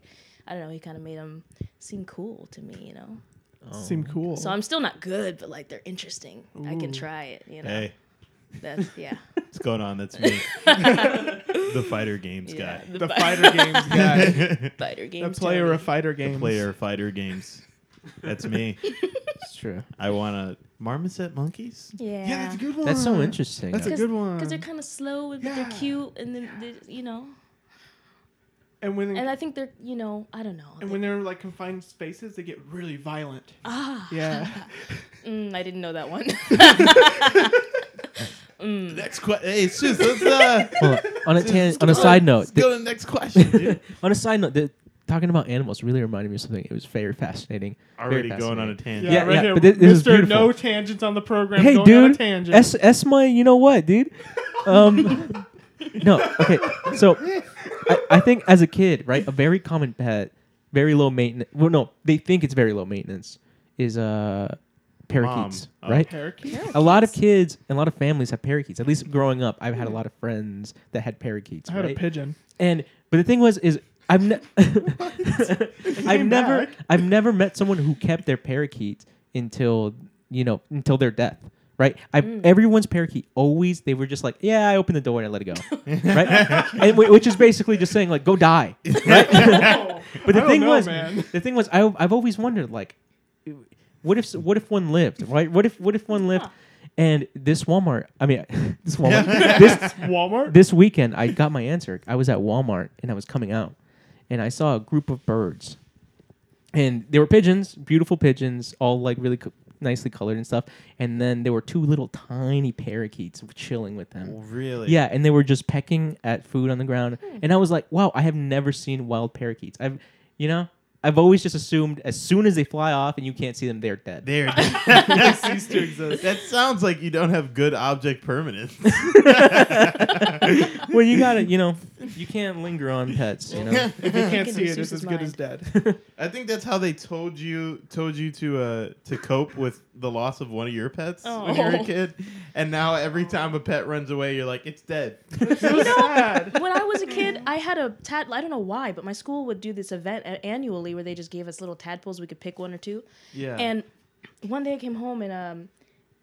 Speaker 3: I don't know, he kind of made them seem cool to me, you know.
Speaker 2: seem
Speaker 4: Oh.
Speaker 2: cool.
Speaker 3: So I'm still not good, but like they're interesting. I can try it, you know.
Speaker 1: hey,
Speaker 3: That's yeah.
Speaker 1: what's going on? That's me, the fighter games
Speaker 3: yeah.
Speaker 1: guy.
Speaker 3: The,
Speaker 2: the
Speaker 3: fi-
Speaker 2: fighter games guy,
Speaker 3: fighter
Speaker 2: the
Speaker 3: games.
Speaker 2: player
Speaker 3: Tony.
Speaker 2: of fighter games.
Speaker 1: Player fighter games. That's me.
Speaker 4: That's true.
Speaker 1: I want to marmoset monkeys.
Speaker 3: Yeah.
Speaker 2: Yeah, that's a good one.
Speaker 4: That's so interesting.
Speaker 2: That's a
Speaker 3: Cause-
Speaker 2: good one.
Speaker 3: Because they're kind of slow, but they're
Speaker 2: Yeah.
Speaker 3: cute, and then they- you know.
Speaker 2: And when
Speaker 3: And I think they're, you know, I don't know.
Speaker 2: Mm. and when they're in, like confined spaces, they get really violent.
Speaker 3: ah,
Speaker 2: Yeah.
Speaker 3: mm, I didn't know that one.
Speaker 1: Next question. Hey, it's just let's, uh,
Speaker 4: Hold on. on a
Speaker 1: Just-
Speaker 4: tan-
Speaker 1: let's
Speaker 4: on a
Speaker 1: go-
Speaker 4: side note,
Speaker 1: Let's go to the next question, dude.
Speaker 4: the- on a side note, the, talking about animals really reminded me of something. It was very fascinating. Very
Speaker 1: Already going on a
Speaker 4: fascinating.
Speaker 1: tangent.
Speaker 4: Yeah,
Speaker 2: right
Speaker 4: yeah,
Speaker 2: here.
Speaker 4: but thi- this is
Speaker 2: Mr. No
Speaker 4: beautiful.
Speaker 2: tangents on the program.
Speaker 4: Hey,
Speaker 2: going On a
Speaker 4: dude,
Speaker 2: tangent.
Speaker 4: S S my, you know what, dude? Um, no, okay. So, I, I think as a kid, right, a very common pet, very low maintenance. Well, no, they think it's very low maintenance. Is uh, parakeets,
Speaker 1: Mom. Oh.
Speaker 4: right?
Speaker 2: Parakeet?
Speaker 4: a lot of kids and a lot of families have parakeets. At least growing up, I've had a lot of friends that had parakeets.
Speaker 2: I had a
Speaker 4: right?
Speaker 2: pigeon.
Speaker 4: And but the thing was is I've ne- I've
Speaker 2: came
Speaker 4: never
Speaker 2: back.
Speaker 4: I've never met someone who kept their parakeet until you know until their death. Right, I
Speaker 2: Mm.
Speaker 4: everyone's parakeet always they were just like, yeah, I opened the door and I let it go, right, and w- which is basically just saying like, go die, right? but
Speaker 2: I
Speaker 4: the
Speaker 2: don't
Speaker 4: thing
Speaker 2: know,
Speaker 4: was,
Speaker 2: man.
Speaker 4: the thing was, I, I've always wondered like, what if what if one lived, right? What if what if one lived, and this Walmart, I mean, this Walmart, this
Speaker 2: Walmart.
Speaker 4: this weekend I got my answer. I was at Walmart and I was coming out and I saw a group of birds. And they were pigeons, beautiful pigeons, all like really co- nicely colored and stuff. And then there were two little tiny parakeets chilling with them.
Speaker 1: Really?
Speaker 4: Yeah, and they were just pecking at food on the ground. And I was like, wow, I have never seen wild parakeets. I've, you know, I've always just assumed as soon as they fly off and you can't see them, they're dead.
Speaker 1: There.
Speaker 2: They cease to exist.
Speaker 1: that sounds like you don't have good object permanence.
Speaker 4: well, you gotta, you know, you can't linger on pets, you know?
Speaker 2: If you can't
Speaker 3: can
Speaker 2: see
Speaker 3: use
Speaker 2: it, it's
Speaker 3: his
Speaker 2: as
Speaker 3: mind.
Speaker 2: good as dead.
Speaker 1: I think that's how they told you told you to uh to cope with the loss of one of your pets when you were a
Speaker 3: Oh.
Speaker 1: kid. And now every time a pet runs away, you're like, it's dead.
Speaker 2: So sad.
Speaker 3: when I was a kid, I had a tad. I don't know why, but my school would do this event a- annually where they just gave us little tadpoles. We could pick one or two.
Speaker 1: Yeah.
Speaker 3: And one day I came home and um,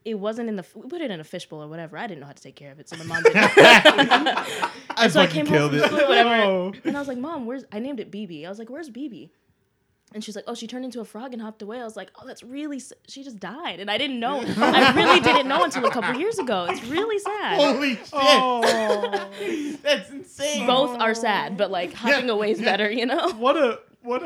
Speaker 3: it wasn't in the. f- We put it in a fishbowl or whatever. I didn't know how to take care of it, so my mom did.
Speaker 1: I
Speaker 3: so I
Speaker 1: fucking
Speaker 3: came home
Speaker 1: killed
Speaker 3: from
Speaker 1: it.
Speaker 3: school, whatever,
Speaker 2: Oh.
Speaker 3: and I was like, "Mom, where's?" I named it BB. I was like, "Where's BB?" And she's like, "Oh, she turned into a frog and hopped away." I was like, "Oh, that's really." S- she just died, and I didn't know. I really didn't know until a couple years ago. It's really sad.
Speaker 1: Holy shit.
Speaker 2: Oh,
Speaker 1: That's insane.
Speaker 3: Both are sad, but like hopping away is better, you know.
Speaker 2: what a What?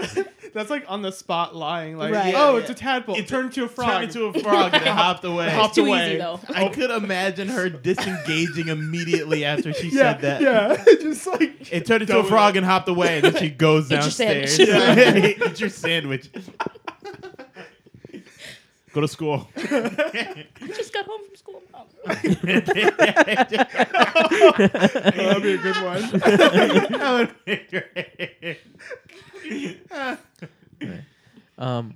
Speaker 2: That's like on the spot lying. Like,
Speaker 3: Right.
Speaker 2: oh,
Speaker 1: Yeah,
Speaker 2: it's
Speaker 1: yeah.
Speaker 2: a tadpole. It
Speaker 1: It's-
Speaker 2: turned into a frog.
Speaker 1: Turned into a frog and it hopped away.
Speaker 2: Hopped
Speaker 3: too
Speaker 2: away.
Speaker 3: easy though.
Speaker 1: I could imagine her disengaging immediately after she
Speaker 2: yeah,
Speaker 1: said that.
Speaker 2: Yeah, just like
Speaker 1: It turned into a
Speaker 2: Double-
Speaker 1: frog and hopped away, and then she goes
Speaker 3: Eat your
Speaker 1: downstairs.
Speaker 3: sandwich.
Speaker 1: Yeah. Eat your sandwich. Go to school.
Speaker 3: I just got home from school. Mom.
Speaker 2: oh, that'd be a good one.
Speaker 1: That would be great.
Speaker 4: Um,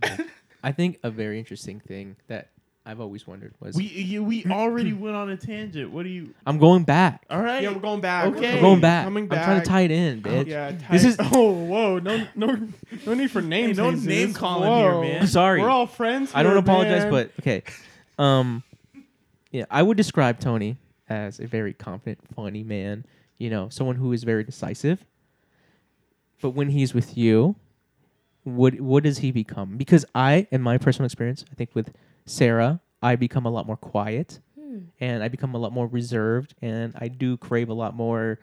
Speaker 4: I think a very interesting thing that I've always wondered was
Speaker 1: we you, we already went on a tangent. What do you?
Speaker 4: I'm going back.
Speaker 1: All right.
Speaker 2: Yeah, we're going back.
Speaker 1: Okay.
Speaker 4: I'm going back.
Speaker 2: Coming
Speaker 4: I'm trying
Speaker 2: back.
Speaker 4: to tie it in, bitch.
Speaker 2: Yeah,
Speaker 4: This
Speaker 2: tight-
Speaker 4: is-
Speaker 2: Oh, whoa! No, no, no need for names.
Speaker 1: no
Speaker 2: Jesus.
Speaker 1: name calling here,
Speaker 2: Whoa.
Speaker 1: man.
Speaker 4: I'm sorry.
Speaker 2: We're all friends.
Speaker 4: I don't
Speaker 2: here,
Speaker 4: apologize,
Speaker 2: man.
Speaker 4: but okay. Um, yeah, I would describe Tony as a very confident, funny man. You know, someone who is very decisive. But when he's with you, what what does he become? Because I, in my personal experience, I think with Sarah, I become a lot more quiet, and I become a lot more reserved, and I do crave a lot more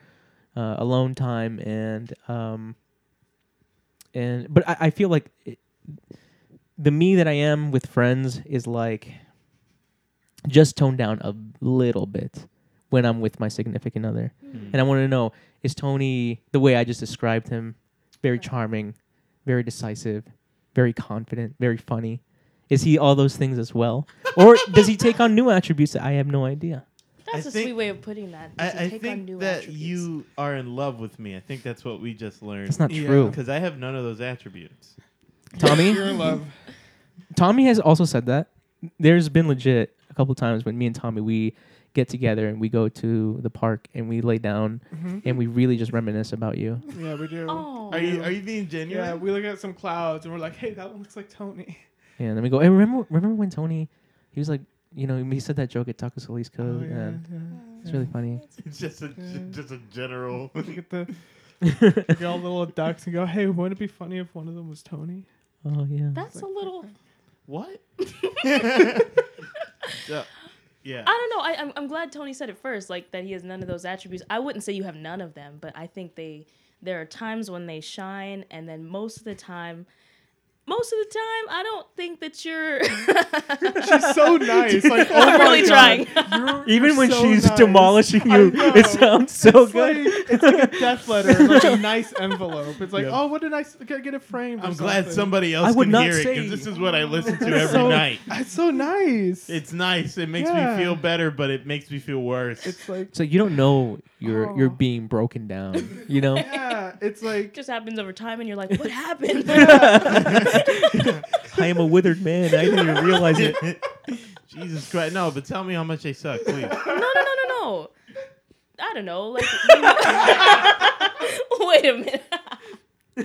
Speaker 4: uh, alone time, and um, and but I, I feel like it, the me that I am with friends is like just toned down a little bit when I'm with my significant other. And I want to know is Tony the way I just described him very charming, very decisive, very confident, very funny? Is he all those things as well? or does he take on new attributes that I have no idea?
Speaker 3: That's a
Speaker 1: think-
Speaker 3: sweet way of putting that.
Speaker 1: I,
Speaker 3: Does it
Speaker 1: I
Speaker 3: take on
Speaker 1: think
Speaker 3: new
Speaker 1: that
Speaker 3: attributes?
Speaker 1: you are in love with me. I think that's what we just learned.
Speaker 4: That's not
Speaker 2: Yeah.
Speaker 4: true.
Speaker 1: Because I have none of those attributes.
Speaker 4: Tommy?
Speaker 2: You're in love.
Speaker 4: Tommy has also said that. There's been legit a couple times when me and Tommy we get together and we go to the park and we lay down and we really just reminisce about you.
Speaker 2: Yeah, we do.
Speaker 3: Oh.
Speaker 1: Are you are you being genuine?
Speaker 2: Yeah, we look at some clouds and we're like, hey, that one looks like Tony.
Speaker 4: And then we go, hey, remember remember when Tony he was like, you know, he said that joke at Taco Solis
Speaker 2: Oh,
Speaker 4: Code and it's really funny.
Speaker 1: It's just a just a general.
Speaker 2: Look at the look at all the little ducks and go, hey, wouldn't it be funny if one of them was Tony?
Speaker 4: Oh yeah.
Speaker 3: That's a little.
Speaker 1: What? So, yeah.
Speaker 3: I don't know. I, I'm, I'm glad Tony said it first, like that he has none of those attributes. I wouldn't say you have none of them, but I think they there are times when they shine, and then most of the time, most of the time, I don't think that you're.
Speaker 2: She's so nice. Like, oh
Speaker 3: I'm
Speaker 2: my
Speaker 3: really
Speaker 2: God,
Speaker 3: trying.
Speaker 2: you're-
Speaker 4: Even
Speaker 2: you're
Speaker 4: when
Speaker 2: so
Speaker 4: she's
Speaker 2: nice.
Speaker 4: demolishing
Speaker 2: I
Speaker 4: you,
Speaker 2: know.
Speaker 4: it sounds so
Speaker 2: It's
Speaker 4: good.
Speaker 2: Like, it's like a death letter, like a nice envelope. It's like,
Speaker 1: Yeah.
Speaker 2: oh, what did I s- get get a frame? or
Speaker 1: I'm glad
Speaker 2: something.
Speaker 1: somebody else
Speaker 4: I would
Speaker 1: can
Speaker 4: not
Speaker 1: hear it
Speaker 4: say-
Speaker 1: because this is what I listen to
Speaker 2: That's
Speaker 1: every
Speaker 2: so-
Speaker 1: night.
Speaker 2: That's so nice.
Speaker 1: It's nice. It makes
Speaker 2: Yeah.
Speaker 1: me feel better, but it makes me feel worse.
Speaker 2: it's like
Speaker 4: So you don't know you're you're
Speaker 2: Oh.
Speaker 4: being broken down, you know?
Speaker 2: yeah, it's
Speaker 3: It
Speaker 2: like
Speaker 3: just happens over time, and you're like, what happened?
Speaker 4: I am a withered man. I didn't even realize it.
Speaker 1: Jesus Christ! No, but tell me how much they suck, please.
Speaker 3: no, no, no, no, no. I don't know. Like, you- wait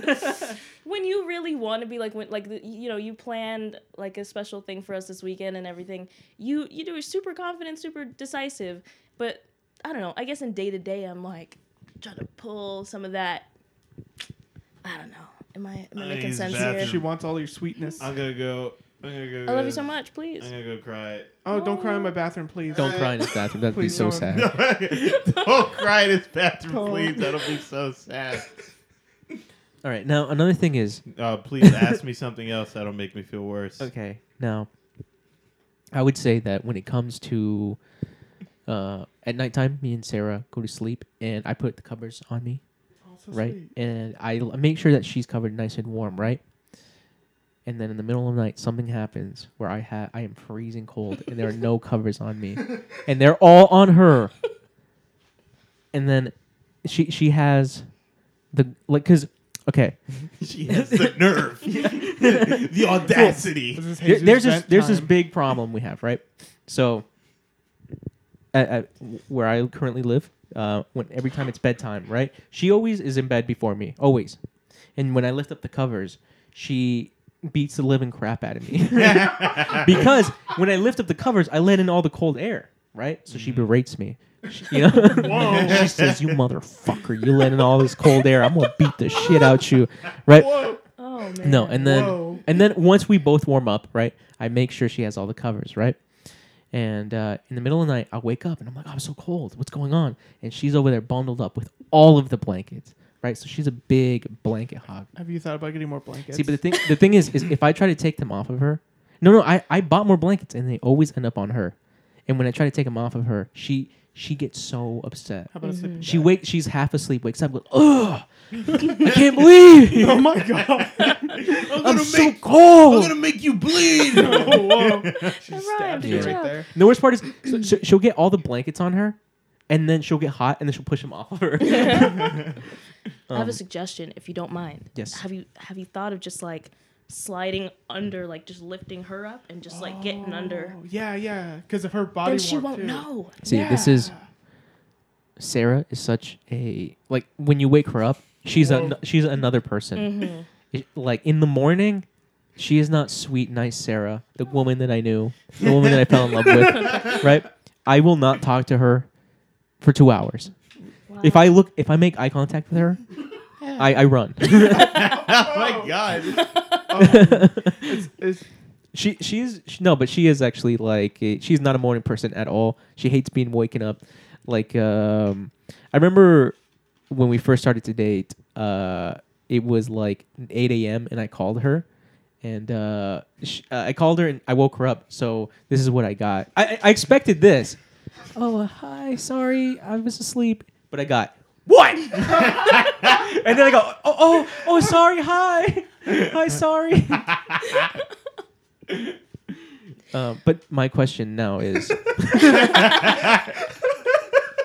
Speaker 3: a minute. when you really want to be like, when like the, you know, you planned like a special thing for us this weekend and everything. You you do super confident, super decisive. But I don't know. I guess in day to day, I'm like trying to pull some of that. I don't know. Am I am I
Speaker 1: I
Speaker 3: making
Speaker 1: use
Speaker 3: sense
Speaker 1: bathroom.
Speaker 2: she
Speaker 3: here?
Speaker 2: wants all your sweetness.
Speaker 1: I'm gonna go. I'm gonna go.
Speaker 3: I love you so much. Please.
Speaker 1: I'm gonna go cry.
Speaker 2: oh, don't cry in my bathroom, please.
Speaker 4: Don't cry in his bathroom. That'd be
Speaker 2: Please
Speaker 4: so
Speaker 2: don't.
Speaker 4: sad.
Speaker 1: Don't cry in his bathroom,
Speaker 2: Don't.
Speaker 1: please. That'll be so sad.
Speaker 4: All right. Now another thing is
Speaker 1: Uh, please ask me something else that'll make me feel worse.
Speaker 4: okay. Now, I would say that when it comes to uh, at nighttime, me and Sarah go to sleep, and I put the covers on me,
Speaker 2: Oh, so
Speaker 4: right,
Speaker 2: sweet.
Speaker 4: and I l- make sure that she's covered nice and warm, right. And then in the middle of the night, something happens where I ha- I am freezing cold, and there are no covers on me, and they're all on her. And then she she has the like because okay
Speaker 1: She has the nerve, the audacity.
Speaker 2: This is
Speaker 4: There-
Speaker 2: Jesus
Speaker 4: there's this
Speaker 2: vent
Speaker 4: there's this
Speaker 2: time.
Speaker 4: big problem we have, right? So, at, at where I currently live, uh, when every time it's bedtime, right? She always is in bed before me, always. And when I lift up the covers, she beats the living crap out of me because when I lift up the covers, I let in all the cold air, right? So
Speaker 2: Mm.
Speaker 4: she berates me. She- You know, she says, "You motherfucker! You let in all this cold air. I'm gonna beat the shit out you, right?"
Speaker 2: Whoa.
Speaker 3: oh man.
Speaker 4: No, and then
Speaker 2: Whoa.
Speaker 4: and then once we both warm up, right? I make sure she has all the covers, right? And uh, in the middle of the "Oh, night, I wake up and I'm like, I'm so cold. What's going on? And she's over there bundled up with all of the blankets, right? So she's a big blanket hog.
Speaker 2: Have you thought about getting more blankets?
Speaker 4: See, but the thing the thing is, is if I try to take them off of her, no, no, I I bought more blankets and they always end up on her. And when I try to take them off of her, she she gets so upset.
Speaker 2: How about a
Speaker 1: Mm.
Speaker 2: sleeping
Speaker 4: Mm-hmm. She
Speaker 2: bag?
Speaker 4: wakes, she's half asleep, wakes up, goes, ugh, I can't believe you.
Speaker 2: Oh my god!
Speaker 1: I'm
Speaker 4: I'm
Speaker 1: gonna
Speaker 4: so
Speaker 1: make I'm
Speaker 4: cold.
Speaker 1: gonna make you bleed.
Speaker 2: oh, whoa. She just
Speaker 3: rhymed.
Speaker 2: stabbed you
Speaker 4: Good
Speaker 2: right
Speaker 3: job.
Speaker 2: there.
Speaker 4: And the worst part is, so, so she'll get all the blankets on her, and then she'll get hot, and then she'll push them off of her.
Speaker 3: I have
Speaker 4: Um,
Speaker 3: a suggestion, if you don't mind.
Speaker 4: Yes.
Speaker 3: Have you have you thought of just like sliding under, like just lifting her up and just like getting under?
Speaker 2: Oh, yeah, yeah. Because of her body.
Speaker 3: Then she
Speaker 2: warmth,
Speaker 3: won't
Speaker 2: too.
Speaker 3: know.
Speaker 4: See, this is
Speaker 2: Yeah.
Speaker 4: Sarah is such a like when you wake her up, she's
Speaker 2: Whoa.
Speaker 4: a she's another
Speaker 2: Mm-hmm.
Speaker 4: person. It- like in the morning, she is not sweet, nice Sarah, the woman that I knew, the woman that I fell in love with. Right? I will not talk to her for two hours. If I look, if I make eye contact with her, I, I run.
Speaker 1: oh my god.
Speaker 2: Oh. It's-
Speaker 4: She she is she, no, but she is actually like a, she's not a morning person at all. She hates being waken up. Like um, I remember when we first started to date, uh, it was like 8 a.m. and I called her, and uh, sh uh, I called her and I woke her up. So this is what I got. I I- I expected this. Oh uh, hi, sorry, I was asleep, but I got what? and then I go oh oh oh sorry hi hi sorry. Um, but my question now is: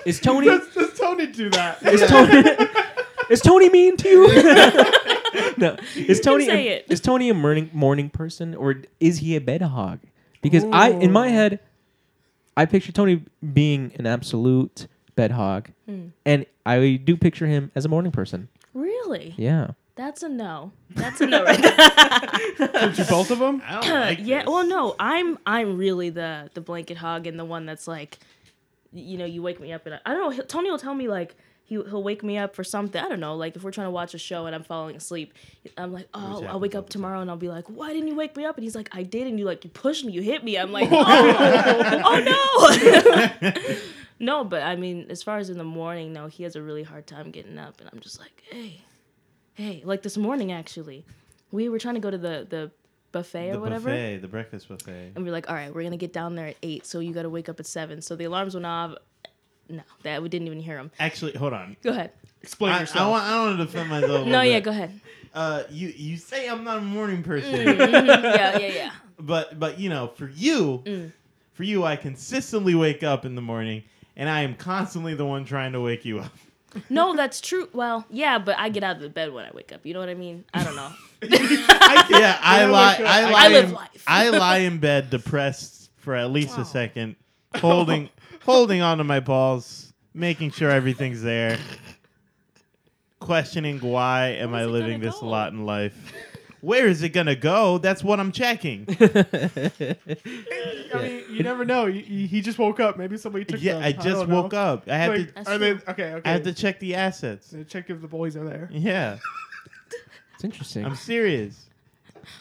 Speaker 4: Is Tony
Speaker 2: Does, does Tony do that?
Speaker 4: is Tony is Tony mean to you? no, is Tony
Speaker 3: say it.
Speaker 4: is Tony a morning morning person or is he a bed hog? Because I in my
Speaker 2: Ooh.
Speaker 4: head, I picture Tony being an absolute bed hog,
Speaker 3: Hmm.
Speaker 4: and I do picture him as a morning person.
Speaker 3: Really?
Speaker 4: Yeah,
Speaker 3: That's a no. That's a no right there.
Speaker 2: Did you both of them?
Speaker 1: I don't like
Speaker 3: yeah,
Speaker 1: this.
Speaker 3: well no, I'm I'm really the the blanket hog and the one that's like you know, you wake me up and I, I don't know, he'll- Tony will tell me like he, he'll wake me up for something. I don't know. Like, if we're trying to watch a show and I'm falling asleep, I'm like, oh, I'll
Speaker 1: happens
Speaker 3: wake
Speaker 1: all
Speaker 3: up
Speaker 1: the
Speaker 3: tomorrow and I'll be like, why didn't you wake me up? And he's like, I did. And you like, you pushed me, you hit me. I'm like, oh, oh no. no, but I mean, as far as in the morning, no, he has a really hard time getting up. And I'm just like, hey, hey. Like this morning, actually, we were trying to go to the, the buffet or
Speaker 1: the
Speaker 3: whatever.
Speaker 1: buffet, the breakfast buffet.
Speaker 3: And we are like, all right, we're gonna get down there at eight, so you gotta wake up at seven. So the alarms went off. No, that we didn't even hear him.
Speaker 1: Actually, hold on.
Speaker 3: Go ahead.
Speaker 2: Explain
Speaker 1: I,
Speaker 2: yourself.
Speaker 1: I want. I want to defend myself. a little
Speaker 3: No, yeah,
Speaker 1: bit.
Speaker 3: go ahead.
Speaker 1: Uh, you you say I'm not a morning person,
Speaker 3: Mm-hmm. yeah, yeah, yeah.
Speaker 1: but but you know, for you,
Speaker 3: Mm.
Speaker 1: for you, I consistently wake up in the morning, and I am constantly the one trying to wake you up.
Speaker 3: No, that's true. Well, yeah, but I get out of the bed when I wake up. You know what I mean? I don't know.
Speaker 1: I, yeah, I
Speaker 2: Yeah,
Speaker 1: lie.
Speaker 2: wake up.
Speaker 1: I
Speaker 2: I
Speaker 1: lie.
Speaker 3: live
Speaker 1: in,
Speaker 3: life.
Speaker 1: I lie in bed depressed for at least a second, holding holding onto my balls, making sure everything's there. Questioning why am
Speaker 3: Where's
Speaker 1: I
Speaker 3: it
Speaker 1: living
Speaker 3: gonna
Speaker 1: this
Speaker 3: go?
Speaker 1: lot in life? Where is it gonna go? That's what I'm checking.
Speaker 2: I mean, you never know. You, you, he just woke up. Maybe somebody took.
Speaker 1: yeah,
Speaker 2: them.
Speaker 1: I just woke up. I have
Speaker 2: Like,
Speaker 1: to.
Speaker 3: That's
Speaker 2: are they
Speaker 3: true.
Speaker 2: okay? Okay.
Speaker 1: I have to check the assets.
Speaker 2: So check if the boys are there.
Speaker 1: Yeah,
Speaker 4: it's interesting.
Speaker 1: I'm serious.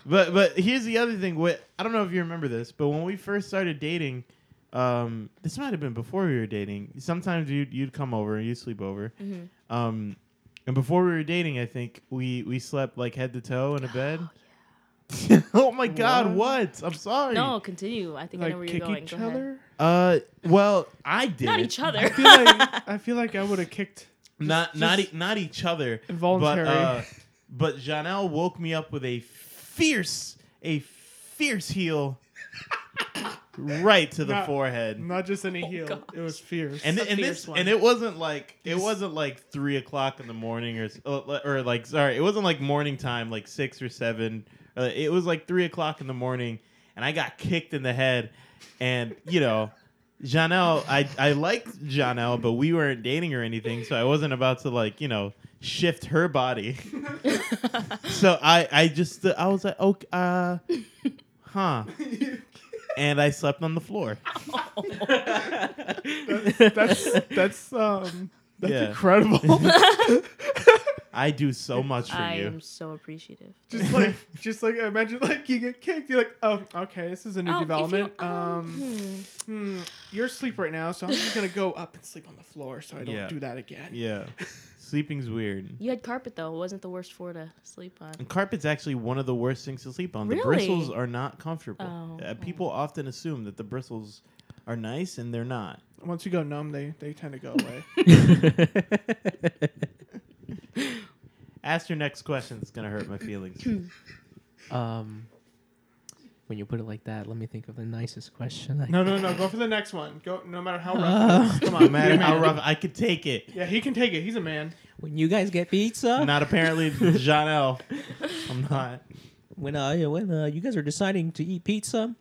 Speaker 1: But but here's the other thing. What I don't know if you remember this, but when we first started dating, um, this might have been before we were dating. Sometimes you'd you'd come over and you would sleep over.
Speaker 3: Mm-hmm.
Speaker 1: Um, and before we were dating, I think we we slept like head to toe in a bed. oh my god, what? I'm sorry.
Speaker 3: No, continue. I think I know
Speaker 2: Like
Speaker 3: where you're
Speaker 2: kick
Speaker 3: going.
Speaker 2: each
Speaker 3: Go ahead.
Speaker 2: other.
Speaker 1: Uh, well, I did.
Speaker 3: Not
Speaker 1: it.
Speaker 3: each
Speaker 2: I
Speaker 3: other.
Speaker 2: feel like I feel like I would have kicked.
Speaker 1: Not
Speaker 2: just-
Speaker 1: not
Speaker 2: just
Speaker 1: e- not each other.
Speaker 2: involuntary.
Speaker 1: But, uh, but Janelle woke me up with a fierce, a fierce heel right to the
Speaker 2: Not-
Speaker 1: forehead.
Speaker 2: Not just any heel.
Speaker 3: gosh.
Speaker 2: It was fierce.
Speaker 1: And,
Speaker 3: Oh, a
Speaker 1: th- and
Speaker 3: fierce
Speaker 1: this
Speaker 3: one.
Speaker 1: and it wasn't like it wasn't like three o'clock in the morning or s- uh, or like sorry it wasn't like morning time like six or seven uh, it was like three o'clock in the morning and I got kicked in the head and you know Janelle I I liked Janelle but we weren't dating or anything so I wasn't about to like you know shift her body so I I just I was like okay uh huh and I slept on the floor
Speaker 2: that's that's um that's
Speaker 1: Yeah.
Speaker 2: incredible.
Speaker 1: I do so much for
Speaker 3: I
Speaker 1: you.
Speaker 3: am so appreciative.
Speaker 2: just like just like imagine like you get kicked. You're like, oh, okay, this is a new
Speaker 3: Oh, if you-
Speaker 2: development.
Speaker 3: um,
Speaker 2: um, hmm, you're asleep right now, so I'm just gonna go up and sleep on the floor so I don't
Speaker 1: Yeah.
Speaker 2: do that again.
Speaker 1: Yeah. Sleeping's weird.
Speaker 3: You had carpet though. It wasn't the worst floor to sleep on.
Speaker 1: And carpet's actually one of the worst things to sleep on. The
Speaker 3: Really?
Speaker 1: bristles are not comfortable.
Speaker 3: Oh,
Speaker 1: uh,
Speaker 3: oh.
Speaker 1: people often assume that the bristles are nice, and they're not.
Speaker 2: Once you go numb, they, they tend to go away.
Speaker 1: Ask your next question. It's gonna hurt my feelings.
Speaker 4: um, when you put it like that, let me think of the nicest question. I
Speaker 2: no, no, no. Go for the next one. Go no matter how rough. it is. Come
Speaker 1: No
Speaker 2: on, man.
Speaker 1: matter how rough, I could take it.
Speaker 2: Yeah, he can take it. He's a man.
Speaker 4: When you guys get pizza,
Speaker 1: Not apparently, John L. I'm not.
Speaker 4: when uh, yeah, when uh, you guys are deciding to eat pizza,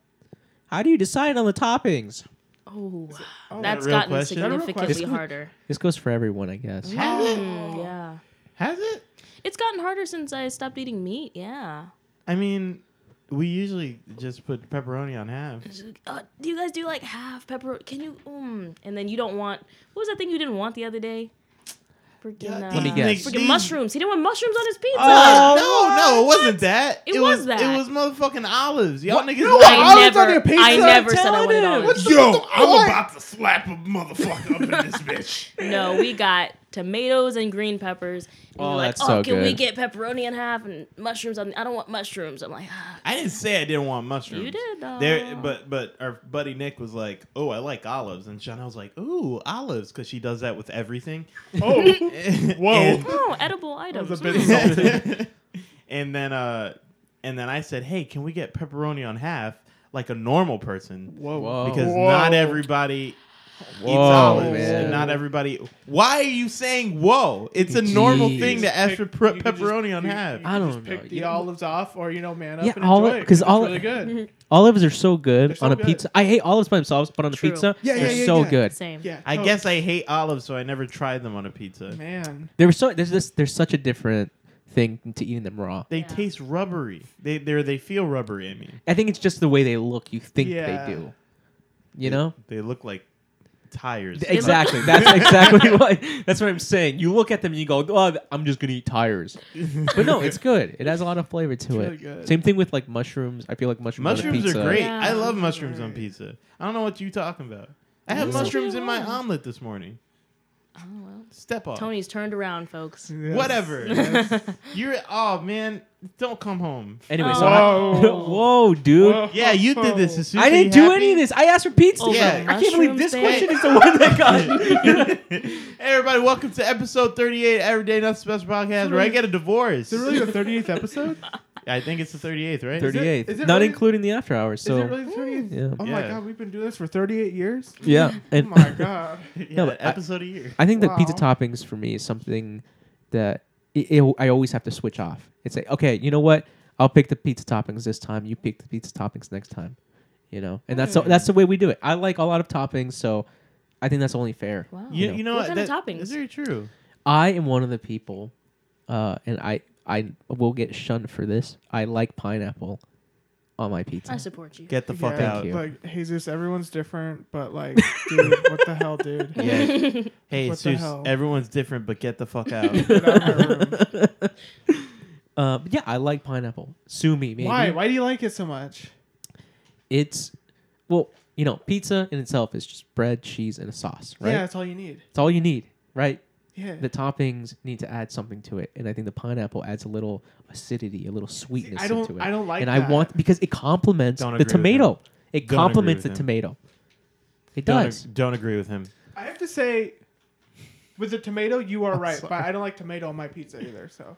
Speaker 4: how do you decide on the toppings?
Speaker 3: Oh,
Speaker 1: Oh, that a
Speaker 3: that's
Speaker 1: real
Speaker 3: gotten
Speaker 1: question?
Speaker 2: Is that a real
Speaker 3: significantly
Speaker 4: question?
Speaker 3: harder.
Speaker 4: This goes for everyone, I guess.
Speaker 1: Has it?
Speaker 3: Mm, yeah,
Speaker 1: Has it?
Speaker 3: it's gotten harder since I stopped eating meat. Yeah.
Speaker 1: I mean, we usually just put pepperoni on half.
Speaker 3: It's like, Uh, do you guys do like half pepper? Can you? Mm. And then you don't want. What was that thing you didn't want the other day? Freaking,
Speaker 1: Yeah,
Speaker 3: uh,
Speaker 1: Let
Speaker 4: me guess.
Speaker 3: freaking
Speaker 1: these-
Speaker 3: mushrooms. He didn't want mushrooms on his pizza.
Speaker 1: Uh, no, no, it wasn't that.
Speaker 3: It was
Speaker 1: It
Speaker 3: that.
Speaker 1: was motherfucking olives. Y'all
Speaker 2: What?
Speaker 1: niggas.
Speaker 2: No,
Speaker 1: like-
Speaker 2: I
Speaker 3: I
Speaker 2: olives
Speaker 3: never,
Speaker 2: on your pizza,
Speaker 3: I
Speaker 2: I'm
Speaker 3: never said I
Speaker 4: telling
Speaker 3: wanted
Speaker 4: you.
Speaker 3: olives.
Speaker 2: What's
Speaker 1: Yo,
Speaker 2: the
Speaker 1: I'm
Speaker 2: fuck?
Speaker 1: about to slap a motherfucker up in this bitch.
Speaker 3: No, we got tomatoes and green peppers. And
Speaker 4: Oh,
Speaker 3: you're like,
Speaker 4: that's
Speaker 3: oh,
Speaker 4: so
Speaker 3: can we
Speaker 4: good.
Speaker 3: get pepperoni in half and mushrooms? On, I don't want mushrooms. I'm like, ah,
Speaker 1: I didn't say I didn't want mushrooms.
Speaker 3: you did uh." though.
Speaker 1: There, but but our buddy Nick was like, "Oh, I like olives," and Chanel was like, "Ooh, olives," because she does that with everything.
Speaker 2: Oh,
Speaker 1: Whoa.
Speaker 3: oh, edible items.
Speaker 2: was a bit
Speaker 3: Mm.
Speaker 1: and, and then uh, and then I said, "Hey, can we get pepperoni on half like a normal person?"
Speaker 2: whoa,
Speaker 4: Whoa.
Speaker 1: Because
Speaker 2: Whoa.
Speaker 1: not everybody eats
Speaker 4: Whoa,
Speaker 1: olives,
Speaker 4: man.
Speaker 1: and not everybody. Why are you saying "whoa"? It's a normal
Speaker 4: Jeez.
Speaker 1: thing
Speaker 2: just
Speaker 1: to ask for
Speaker 2: pick-
Speaker 1: pre-
Speaker 2: you can just-
Speaker 1: pepperoni on
Speaker 2: you-
Speaker 1: half.
Speaker 2: you can
Speaker 4: I
Speaker 2: just
Speaker 4: don't know.
Speaker 2: Pick the
Speaker 4: You-
Speaker 2: olives off, or you know, man up
Speaker 4: Yeah,
Speaker 2: and
Speaker 4: olive-
Speaker 2: enjoy it
Speaker 4: 'cause
Speaker 2: it's
Speaker 4: olive-
Speaker 2: really good.
Speaker 4: Olives are so good
Speaker 2: They're
Speaker 4: on
Speaker 2: so
Speaker 4: a
Speaker 2: good.
Speaker 4: pizza. I hate olives by themselves, but on a
Speaker 3: True.
Speaker 4: pizza,
Speaker 2: Yeah,
Speaker 4: they're
Speaker 2: yeah, yeah,
Speaker 4: so
Speaker 2: yeah.
Speaker 4: good.
Speaker 3: Same.
Speaker 2: Yeah,
Speaker 1: I
Speaker 2: no,
Speaker 1: guess I hate olives, so I never tried them on a pizza.
Speaker 2: man.
Speaker 4: They were so there's this there's such a different thing to eating them raw.
Speaker 1: They
Speaker 3: Yeah.
Speaker 1: taste rubbery. They they they feel rubbery. I mean,
Speaker 4: I think it's just the way they look. You think
Speaker 2: Yeah.
Speaker 4: they do, you know?
Speaker 1: they look like tires.
Speaker 4: Th- Exactly. That's exactly what. That's what I'm saying. You look at them and you go, "Oh, I'm just gonna eat tires." But no, it's good. It has a lot of flavor to it.
Speaker 2: really good.
Speaker 4: Same thing with like mushrooms. I feel like mushrooms. on a
Speaker 1: mushrooms
Speaker 4: pizza-
Speaker 1: are great.
Speaker 3: Yeah.
Speaker 1: I love mushrooms on pizza. I don't know what you talking about. I had
Speaker 4: Ooh.
Speaker 1: mushrooms in my
Speaker 3: Yeah.
Speaker 1: omelet this morning.
Speaker 3: Oh, well.
Speaker 1: Step off.
Speaker 3: Tony's turned around, folks.
Speaker 2: Yes.
Speaker 1: Whatever.
Speaker 2: Yes.
Speaker 1: You're oh man, don't come home.
Speaker 4: Anyway, so I-
Speaker 2: Whoa.
Speaker 4: whoa, dude.
Speaker 1: Yeah, you did this. Is
Speaker 4: I
Speaker 1: Susie
Speaker 4: didn't do
Speaker 1: happy?
Speaker 4: any of this. I asked for pizza.
Speaker 3: Oh,
Speaker 1: Yeah.
Speaker 4: I can't believe
Speaker 3: mushrooms,
Speaker 4: this
Speaker 3: babe.
Speaker 4: question is the one that got.
Speaker 1: hey everybody, welcome to episode 38 Everyday Nothing Special Podcast where I get a divorce.
Speaker 2: Is it really the 38th episode?
Speaker 1: I think it's the 38th, right?
Speaker 2: Thirty-
Speaker 4: 38th,
Speaker 2: is it
Speaker 4: not
Speaker 2: really-
Speaker 4: including the after hours. So
Speaker 2: Is it really the 38th?
Speaker 4: yeah,
Speaker 2: Oh my
Speaker 1: Yeah.
Speaker 2: god, we've been doing this for 38 years?
Speaker 4: yeah.
Speaker 2: Oh
Speaker 4: And
Speaker 2: my god.
Speaker 1: Yeah,
Speaker 4: No, but I-
Speaker 1: episode a year.
Speaker 4: I think that pizza
Speaker 2: Wow.
Speaker 4: toppings for me is something that i i I always have to switch off. It's like, okay, you know what? I'll pick the pizza toppings this time. You pick the pizza toppings next time. You know, and that's the, that's the way we do it. I like a lot of toppings, so I think that's only fair.
Speaker 3: Wow.
Speaker 1: You,
Speaker 4: know.
Speaker 1: you know
Speaker 3: What kind of
Speaker 1: that-
Speaker 3: toppings?
Speaker 1: That's very true.
Speaker 4: I am one of the people, uh, and I I will get shunned for this. I like pineapple on my pizza.
Speaker 3: I support you.
Speaker 1: Get the fuck
Speaker 2: Yeah,
Speaker 1: out.
Speaker 4: you.
Speaker 2: Like, Jesus, everyone's different, but like, dude, what the hell, dude?
Speaker 1: Yeah. Hey,
Speaker 2: What the
Speaker 1: Zeus,
Speaker 2: hell?
Speaker 1: everyone's different, but get the fuck out.
Speaker 2: Get out of my room.
Speaker 4: Uh, but yeah, I like pineapple. Sue me, maybe.
Speaker 2: Why? Why do you like it so much?
Speaker 4: It's well, you know, pizza in itself is just bread, cheese, and a sauce, right?
Speaker 2: Yeah, that's all you need.
Speaker 4: It's all you need, right?
Speaker 2: Yeah.
Speaker 4: The toppings need to add something to it, and I think the pineapple adds a little acidity, a little sweetness
Speaker 2: I don't-
Speaker 4: into it.
Speaker 2: I don't like
Speaker 4: and I
Speaker 2: that.
Speaker 4: want because it complements
Speaker 1: Don't
Speaker 4: the
Speaker 1: agree with
Speaker 4: tomato. It
Speaker 1: Don't agree
Speaker 4: complements the
Speaker 1: with him.
Speaker 4: tomato. It
Speaker 1: Don't,
Speaker 4: does.
Speaker 1: ag- don't agree with him.
Speaker 2: I have to say, with the tomato, you are
Speaker 4: I'm
Speaker 2: right,
Speaker 4: sorry.
Speaker 2: but I don't like tomato on my pizza either. So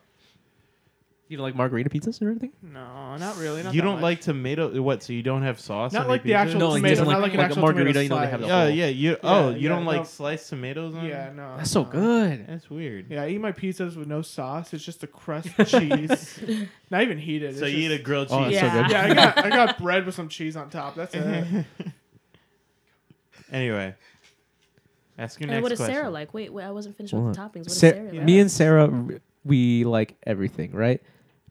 Speaker 4: You don't like margarita pizzas or anything?
Speaker 2: no, not really. Not
Speaker 1: You
Speaker 2: that
Speaker 1: don't
Speaker 2: much.
Speaker 1: like tomato? What? So you don't have sauce?
Speaker 2: Not
Speaker 1: on
Speaker 2: like the
Speaker 1: your pizza?
Speaker 2: actual
Speaker 4: No, like
Speaker 2: tomato,
Speaker 4: doesn't
Speaker 2: not
Speaker 4: like-
Speaker 2: like an
Speaker 4: like a
Speaker 2: actual
Speaker 4: margarita,
Speaker 2: tomato
Speaker 4: you know they have
Speaker 2: slice.
Speaker 4: the
Speaker 1: Yeah,
Speaker 4: whole-
Speaker 1: yeah. You
Speaker 2: Yeah,
Speaker 1: oh, you
Speaker 2: yeah,
Speaker 1: don't like
Speaker 2: no.
Speaker 1: sliced tomatoes on? it?
Speaker 2: Yeah, no.
Speaker 4: That's so
Speaker 2: no.
Speaker 4: good.
Speaker 1: that's weird.
Speaker 2: Yeah, I eat my pizzas with no sauce. It's just the crust cheese, not even heated.
Speaker 1: So
Speaker 2: it's
Speaker 1: you eat
Speaker 2: just-
Speaker 1: a grilled
Speaker 4: Oh, that's
Speaker 1: cheese.
Speaker 4: so
Speaker 3: Yeah.
Speaker 4: good.
Speaker 2: Yeah, I got I got bread with some cheese on top. That's it.
Speaker 1: anyway, ask your
Speaker 3: And
Speaker 1: next
Speaker 3: what is
Speaker 1: question.
Speaker 3: Sarah like? Wait, wait, I wasn't finished with the
Speaker 4: Hold
Speaker 3: toppings. What is
Speaker 4: Sa-
Speaker 3: Sarah like?
Speaker 4: me and Sarah, r- we like everything, right?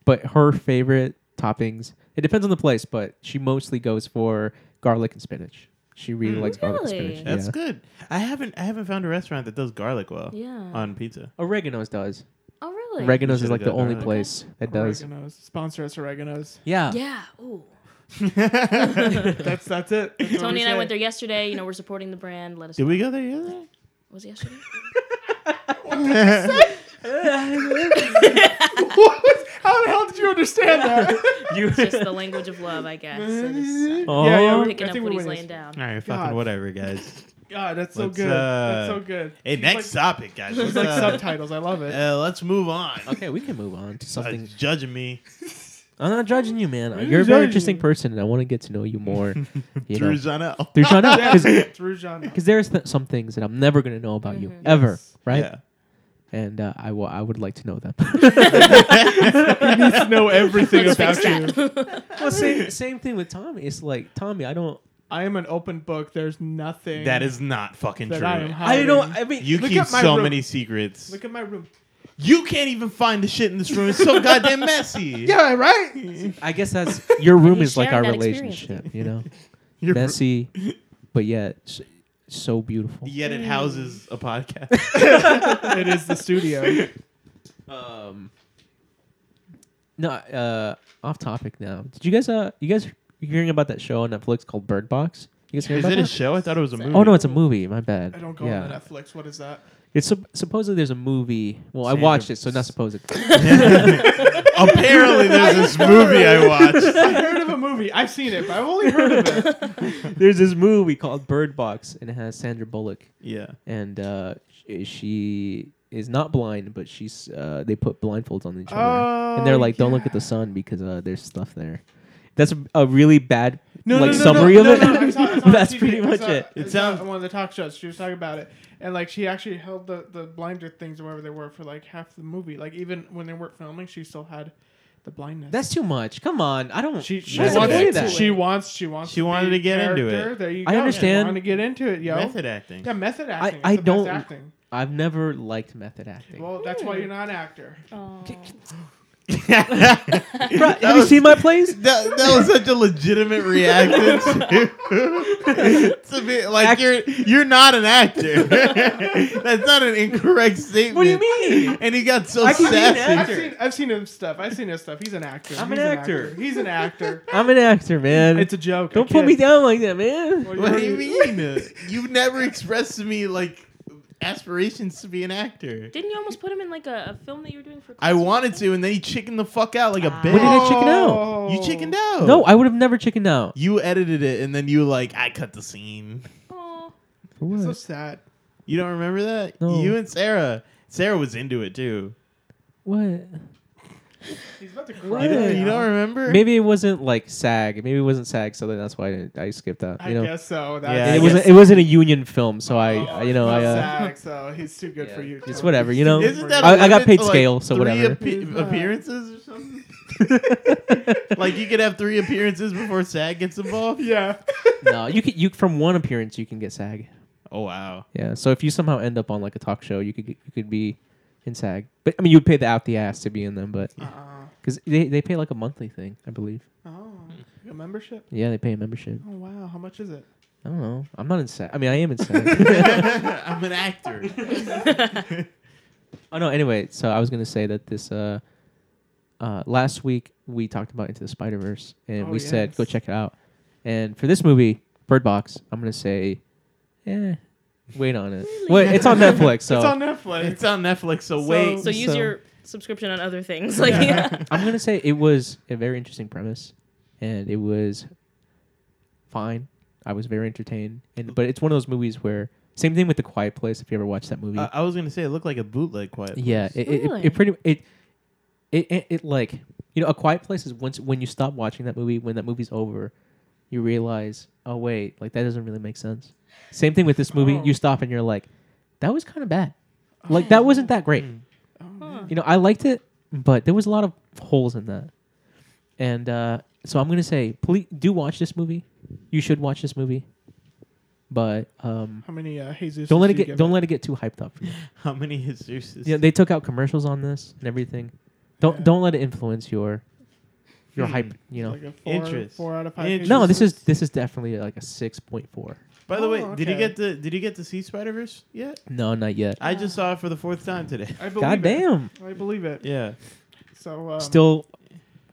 Speaker 4: But her favorite toppings, it depends on the place, but she mostly goes for garlic and spinach. She really likes garlic and
Speaker 3: Mm. Really?
Speaker 4: spinach.
Speaker 1: That's
Speaker 4: yeah.
Speaker 1: good. I haven't I haven't found a restaurant that does garlic well
Speaker 3: Yeah.
Speaker 1: on pizza.
Speaker 4: Oregano's does.
Speaker 3: oh, really?
Speaker 4: Oregano's
Speaker 1: You
Speaker 4: is like the
Speaker 1: should've done
Speaker 4: only
Speaker 1: that.
Speaker 4: place that does.
Speaker 2: Oregano's. Sponsor us oreganos.
Speaker 4: Yeah.
Speaker 3: Yeah. Ooh.
Speaker 2: That's that's it. That's what we
Speaker 3: Tony and I
Speaker 2: say.
Speaker 3: went there yesterday. You know, we're supporting the brand. Let us.
Speaker 1: Did we go there? the other day?
Speaker 3: Was it yesterday?
Speaker 2: You-
Speaker 3: It's just the language of love, I guess. I just-
Speaker 4: Oh.
Speaker 2: yeah, yeah,
Speaker 3: I'm
Speaker 2: we-
Speaker 3: picking
Speaker 2: I
Speaker 3: up
Speaker 2: think
Speaker 3: what
Speaker 2: we're
Speaker 3: he's
Speaker 2: winning
Speaker 3: laying
Speaker 2: this.
Speaker 3: down.
Speaker 1: All right,
Speaker 2: God.
Speaker 1: fucking whatever, guys.
Speaker 2: God, that's so
Speaker 1: Let's,
Speaker 2: good. that's
Speaker 1: uh,
Speaker 2: so good.
Speaker 1: Hey,
Speaker 2: She's
Speaker 1: next
Speaker 2: like,
Speaker 1: topic, guys.
Speaker 2: She's
Speaker 1: Let's,
Speaker 2: like
Speaker 1: uh,
Speaker 2: subtitles. I love it.
Speaker 1: uh, let's move on.
Speaker 4: Okay, we can move on to something.
Speaker 1: Something's judging me
Speaker 4: I'm not judging you, man.
Speaker 2: Who's
Speaker 4: You're a very
Speaker 2: judging
Speaker 4: interesting
Speaker 2: you?
Speaker 4: person, and I want to get to know you more. You
Speaker 1: through
Speaker 4: know,
Speaker 1: Janelle.
Speaker 4: through Sean,
Speaker 2: Yeah, through genre.
Speaker 4: because there's th- some things that I'm never gonna know about you
Speaker 3: Mm-hmm.
Speaker 4: ever,
Speaker 2: Yes.
Speaker 4: right?
Speaker 1: Yeah.
Speaker 4: And uh, I wa- I would like to know them.
Speaker 2: He needs to know everything
Speaker 3: Let's
Speaker 2: about
Speaker 3: fix
Speaker 2: you.
Speaker 3: that.
Speaker 4: well, same same thing with Tommy. It's like Tommy, I don't,
Speaker 2: I am an open book. There's nothing
Speaker 1: That is not fucking
Speaker 2: that I am
Speaker 1: true.
Speaker 2: hiding.
Speaker 4: I don't. I mean,
Speaker 1: You
Speaker 2: Look
Speaker 1: keep
Speaker 2: at my
Speaker 1: so
Speaker 2: room.
Speaker 1: many secrets.
Speaker 2: Look at my room.
Speaker 1: you can't even find the shit in this room. It's so goddamn messy.
Speaker 2: Yeah, right.
Speaker 4: I guess that's your room
Speaker 3: He's
Speaker 4: is like our
Speaker 3: sharing that experience with
Speaker 4: relationship, you know,
Speaker 1: Your room-
Speaker 4: messy, but yet s- so beautiful.
Speaker 1: Yet it houses a podcast.
Speaker 2: it is the studio.
Speaker 4: Um, no, uh, off topic now. Did you guys uh, you guys hearing about that show on Netflix called Bird Box? You guys hear
Speaker 1: Is
Speaker 4: about
Speaker 1: it a
Speaker 4: that?
Speaker 1: show? I thought it was a movie.
Speaker 4: Oh no, it's a movie. My bad.
Speaker 2: I don't go
Speaker 4: yeah.
Speaker 2: on Netflix. What is that?
Speaker 4: It's sup- supposedly there's a movie. Well, I
Speaker 1: Sandra-
Speaker 4: watched it, so not supposed.
Speaker 1: Apparently, there's this movie I watched.
Speaker 2: I heard of a movie. I've seen it, but I've only heard of it.
Speaker 4: there's this movie called Bird Box, and it has Sandra Bullock,
Speaker 1: Yeah.
Speaker 4: and uh, sh- she is not blind, but she's uh, they put blindfolds on each other, and they're
Speaker 2: Oh,
Speaker 4: like, "Don't look
Speaker 2: yeah.
Speaker 4: at the sun because uh, there's stuff there." That's a, a really bad
Speaker 2: No,
Speaker 4: like
Speaker 2: no, no,
Speaker 4: summary
Speaker 2: no,
Speaker 4: of
Speaker 2: no, no,
Speaker 4: it.
Speaker 2: I saw- I saw it on
Speaker 4: That's
Speaker 2: TV.
Speaker 4: pretty
Speaker 2: I
Speaker 4: much
Speaker 2: saw
Speaker 4: it.
Speaker 2: I
Speaker 1: It
Speaker 2: saw
Speaker 1: sounds-
Speaker 2: on one of the talk shows. She was talking about it, and like she actually held the the blinder things or whatever they were for like half the movie. Like even when they weren't filming, she still had the blindness.
Speaker 4: That's too much. Come on, I don't.
Speaker 2: she she
Speaker 4: There's
Speaker 2: wants,
Speaker 4: a way
Speaker 2: to
Speaker 4: that-
Speaker 2: she wants she wants
Speaker 1: She
Speaker 2: be
Speaker 1: wanted to get into
Speaker 2: character.
Speaker 1: it.
Speaker 2: There you
Speaker 4: I
Speaker 2: go.
Speaker 4: understand.
Speaker 2: She wanted to get into it, yo.
Speaker 1: Method acting.
Speaker 2: Yeah, method acting.
Speaker 4: I
Speaker 2: is the best
Speaker 4: don't-
Speaker 2: acting.
Speaker 4: I've never liked method acting.
Speaker 2: Well, that's why you're not an actor.
Speaker 3: Aw.
Speaker 1: that,
Speaker 4: Bro, have you
Speaker 1: was-
Speaker 4: seen my plays?
Speaker 1: that was such a legitimate reaction. To, to be, like
Speaker 4: Act-
Speaker 1: you're you're not an actor. That's not an incorrect statement.
Speaker 4: What do you mean?
Speaker 1: And he got so
Speaker 4: I can be an
Speaker 1: sassy.
Speaker 2: I've
Speaker 4: Actor.
Speaker 2: seen I've seen him stuff. I've seen his stuff. He's an actor.
Speaker 4: I'm
Speaker 2: He's
Speaker 4: an actor.
Speaker 2: He's an actor.
Speaker 4: I'm an actor, man.
Speaker 2: It's a joke. I
Speaker 4: don't put me
Speaker 2: kid.
Speaker 4: down like that, man.
Speaker 2: Well,
Speaker 1: What do
Speaker 2: you're-
Speaker 1: you mean? You've never expressed to me like aspirations to be an actor.
Speaker 3: Didn't you almost put him in like a, a film that you were doing for?
Speaker 1: I
Speaker 3: class or
Speaker 1: wanted
Speaker 3: something?
Speaker 1: to, and then he chickened the fuck out like a
Speaker 3: Ah.
Speaker 1: bitch.
Speaker 4: When did I chicken out?
Speaker 2: Oh.
Speaker 1: you chickened out.
Speaker 4: No, I would have never chickened out.
Speaker 1: You edited it, and then you like I cut the scene.
Speaker 3: Aw.
Speaker 4: For
Speaker 2: So
Speaker 4: what?
Speaker 2: sad.
Speaker 1: You don't remember that?
Speaker 4: No.
Speaker 1: You and Sarah. Sarah was into it too.
Speaker 4: What?
Speaker 2: He's about to
Speaker 4: What?
Speaker 2: cry.
Speaker 1: You
Speaker 4: Yeah.
Speaker 1: don't, you don't remember?
Speaker 4: Maybe it wasn't like SAG. Maybe it wasn't SAG, so then that's why I, didn't- I skipped that.
Speaker 2: I
Speaker 4: You know,
Speaker 2: guess so.
Speaker 1: Yeah,
Speaker 4: And
Speaker 1: I
Speaker 4: it wasn't.
Speaker 1: guess-
Speaker 4: It wasn't a union film, so I, I- you know,
Speaker 2: it's not
Speaker 4: I. Uh,
Speaker 2: Zach, so he's too good
Speaker 4: yeah.
Speaker 2: for you.
Speaker 4: It's
Speaker 2: Tony.
Speaker 4: whatever, you
Speaker 2: He's
Speaker 4: know?
Speaker 2: too good
Speaker 1: Isn't
Speaker 2: for
Speaker 1: that
Speaker 2: you.
Speaker 4: I- I got
Speaker 1: limit
Speaker 4: paid
Speaker 1: to,
Speaker 4: scale, so
Speaker 1: three
Speaker 4: whatever.
Speaker 1: appe-
Speaker 2: Yeah.
Speaker 1: appearances or something.
Speaker 4: uh,
Speaker 1: like you could have three appearances before SAG gets involved.
Speaker 2: yeah.
Speaker 4: no, you can. You from one appearance, you can get SAG.
Speaker 1: Oh wow.
Speaker 4: Yeah. So if you somehow end up on like a talk show, you could get- you could be in SAG. But I mean, you'd pay the out the ass to be in them, but
Speaker 2: Uh,
Speaker 4: because they, they pay like a monthly thing, I believe.
Speaker 2: oh, a membership.
Speaker 4: Yeah, they pay a membership.
Speaker 2: Oh wow, how much is it?
Speaker 4: I don't know. I'm not in SAG. I mean, I am in SAG.
Speaker 1: I'm an actor.
Speaker 4: oh no. Anyway, so I was gonna say that this uh, uh, last week we talked about Into the Spider Verse, and
Speaker 2: Oh,
Speaker 4: we said
Speaker 2: yes.
Speaker 4: go check it out. And for this movie, Bird Box, I'm gonna say, eh, wait on it. Wait, it's on Netflix, so
Speaker 2: it's on Netflix.
Speaker 1: It's on Netflix, so,
Speaker 2: So-
Speaker 1: wait.
Speaker 3: So use
Speaker 4: So-
Speaker 3: your subscription on other things. Like,
Speaker 2: Yeah.
Speaker 3: yeah.
Speaker 4: I'm gonna say it was a very interesting premise, and it was fine. I was very entertained, and but it's one of those movies where same thing with the Quiet Place. If you ever watched that movie,
Speaker 1: I, I was gonna say it looked like a bootleg quiet. Place.
Speaker 4: yeah, it, it- it,
Speaker 3: Really?
Speaker 4: it pretty it it, it it like you know a Quiet Place is once when you stop watching that movie when that movie's over, you realize oh wait like that doesn't really make sense. Same thing with this movie.
Speaker 2: Oh.
Speaker 4: You stop and you're like, that was kind of bad. Like that wasn't that great
Speaker 1: Hmm.
Speaker 2: Oh,
Speaker 3: Huh.
Speaker 4: you know, I liked it, but there was a lot of holes in that. And uh, so I'm gonna say, please do watch this movie. You should watch this movie, but um,
Speaker 2: How many uh, Jesus?
Speaker 4: don't let it
Speaker 2: did you
Speaker 4: get
Speaker 2: give
Speaker 4: don't let it get too hyped up. For you.
Speaker 1: How many Jesuses?
Speaker 4: yeah, they took out commercials on this and everything. Don't
Speaker 2: Yeah.
Speaker 4: don't let it influence your your
Speaker 1: Hmm.
Speaker 4: hype. You know,
Speaker 2: Like a four,
Speaker 1: Interest.
Speaker 2: Four out of five.
Speaker 1: Interest.
Speaker 4: no,
Speaker 2: Jesus?
Speaker 4: this is this is definitely like a six point four.
Speaker 1: By the
Speaker 2: Oh,
Speaker 1: way, did you
Speaker 2: okay.
Speaker 1: get the did you get to see Spider Verse yet?
Speaker 4: No, not yet.
Speaker 1: I just saw it for the fourth time today.
Speaker 2: I believe
Speaker 4: God damn,
Speaker 2: It. I believe it.
Speaker 1: Yeah.
Speaker 2: So um,
Speaker 4: still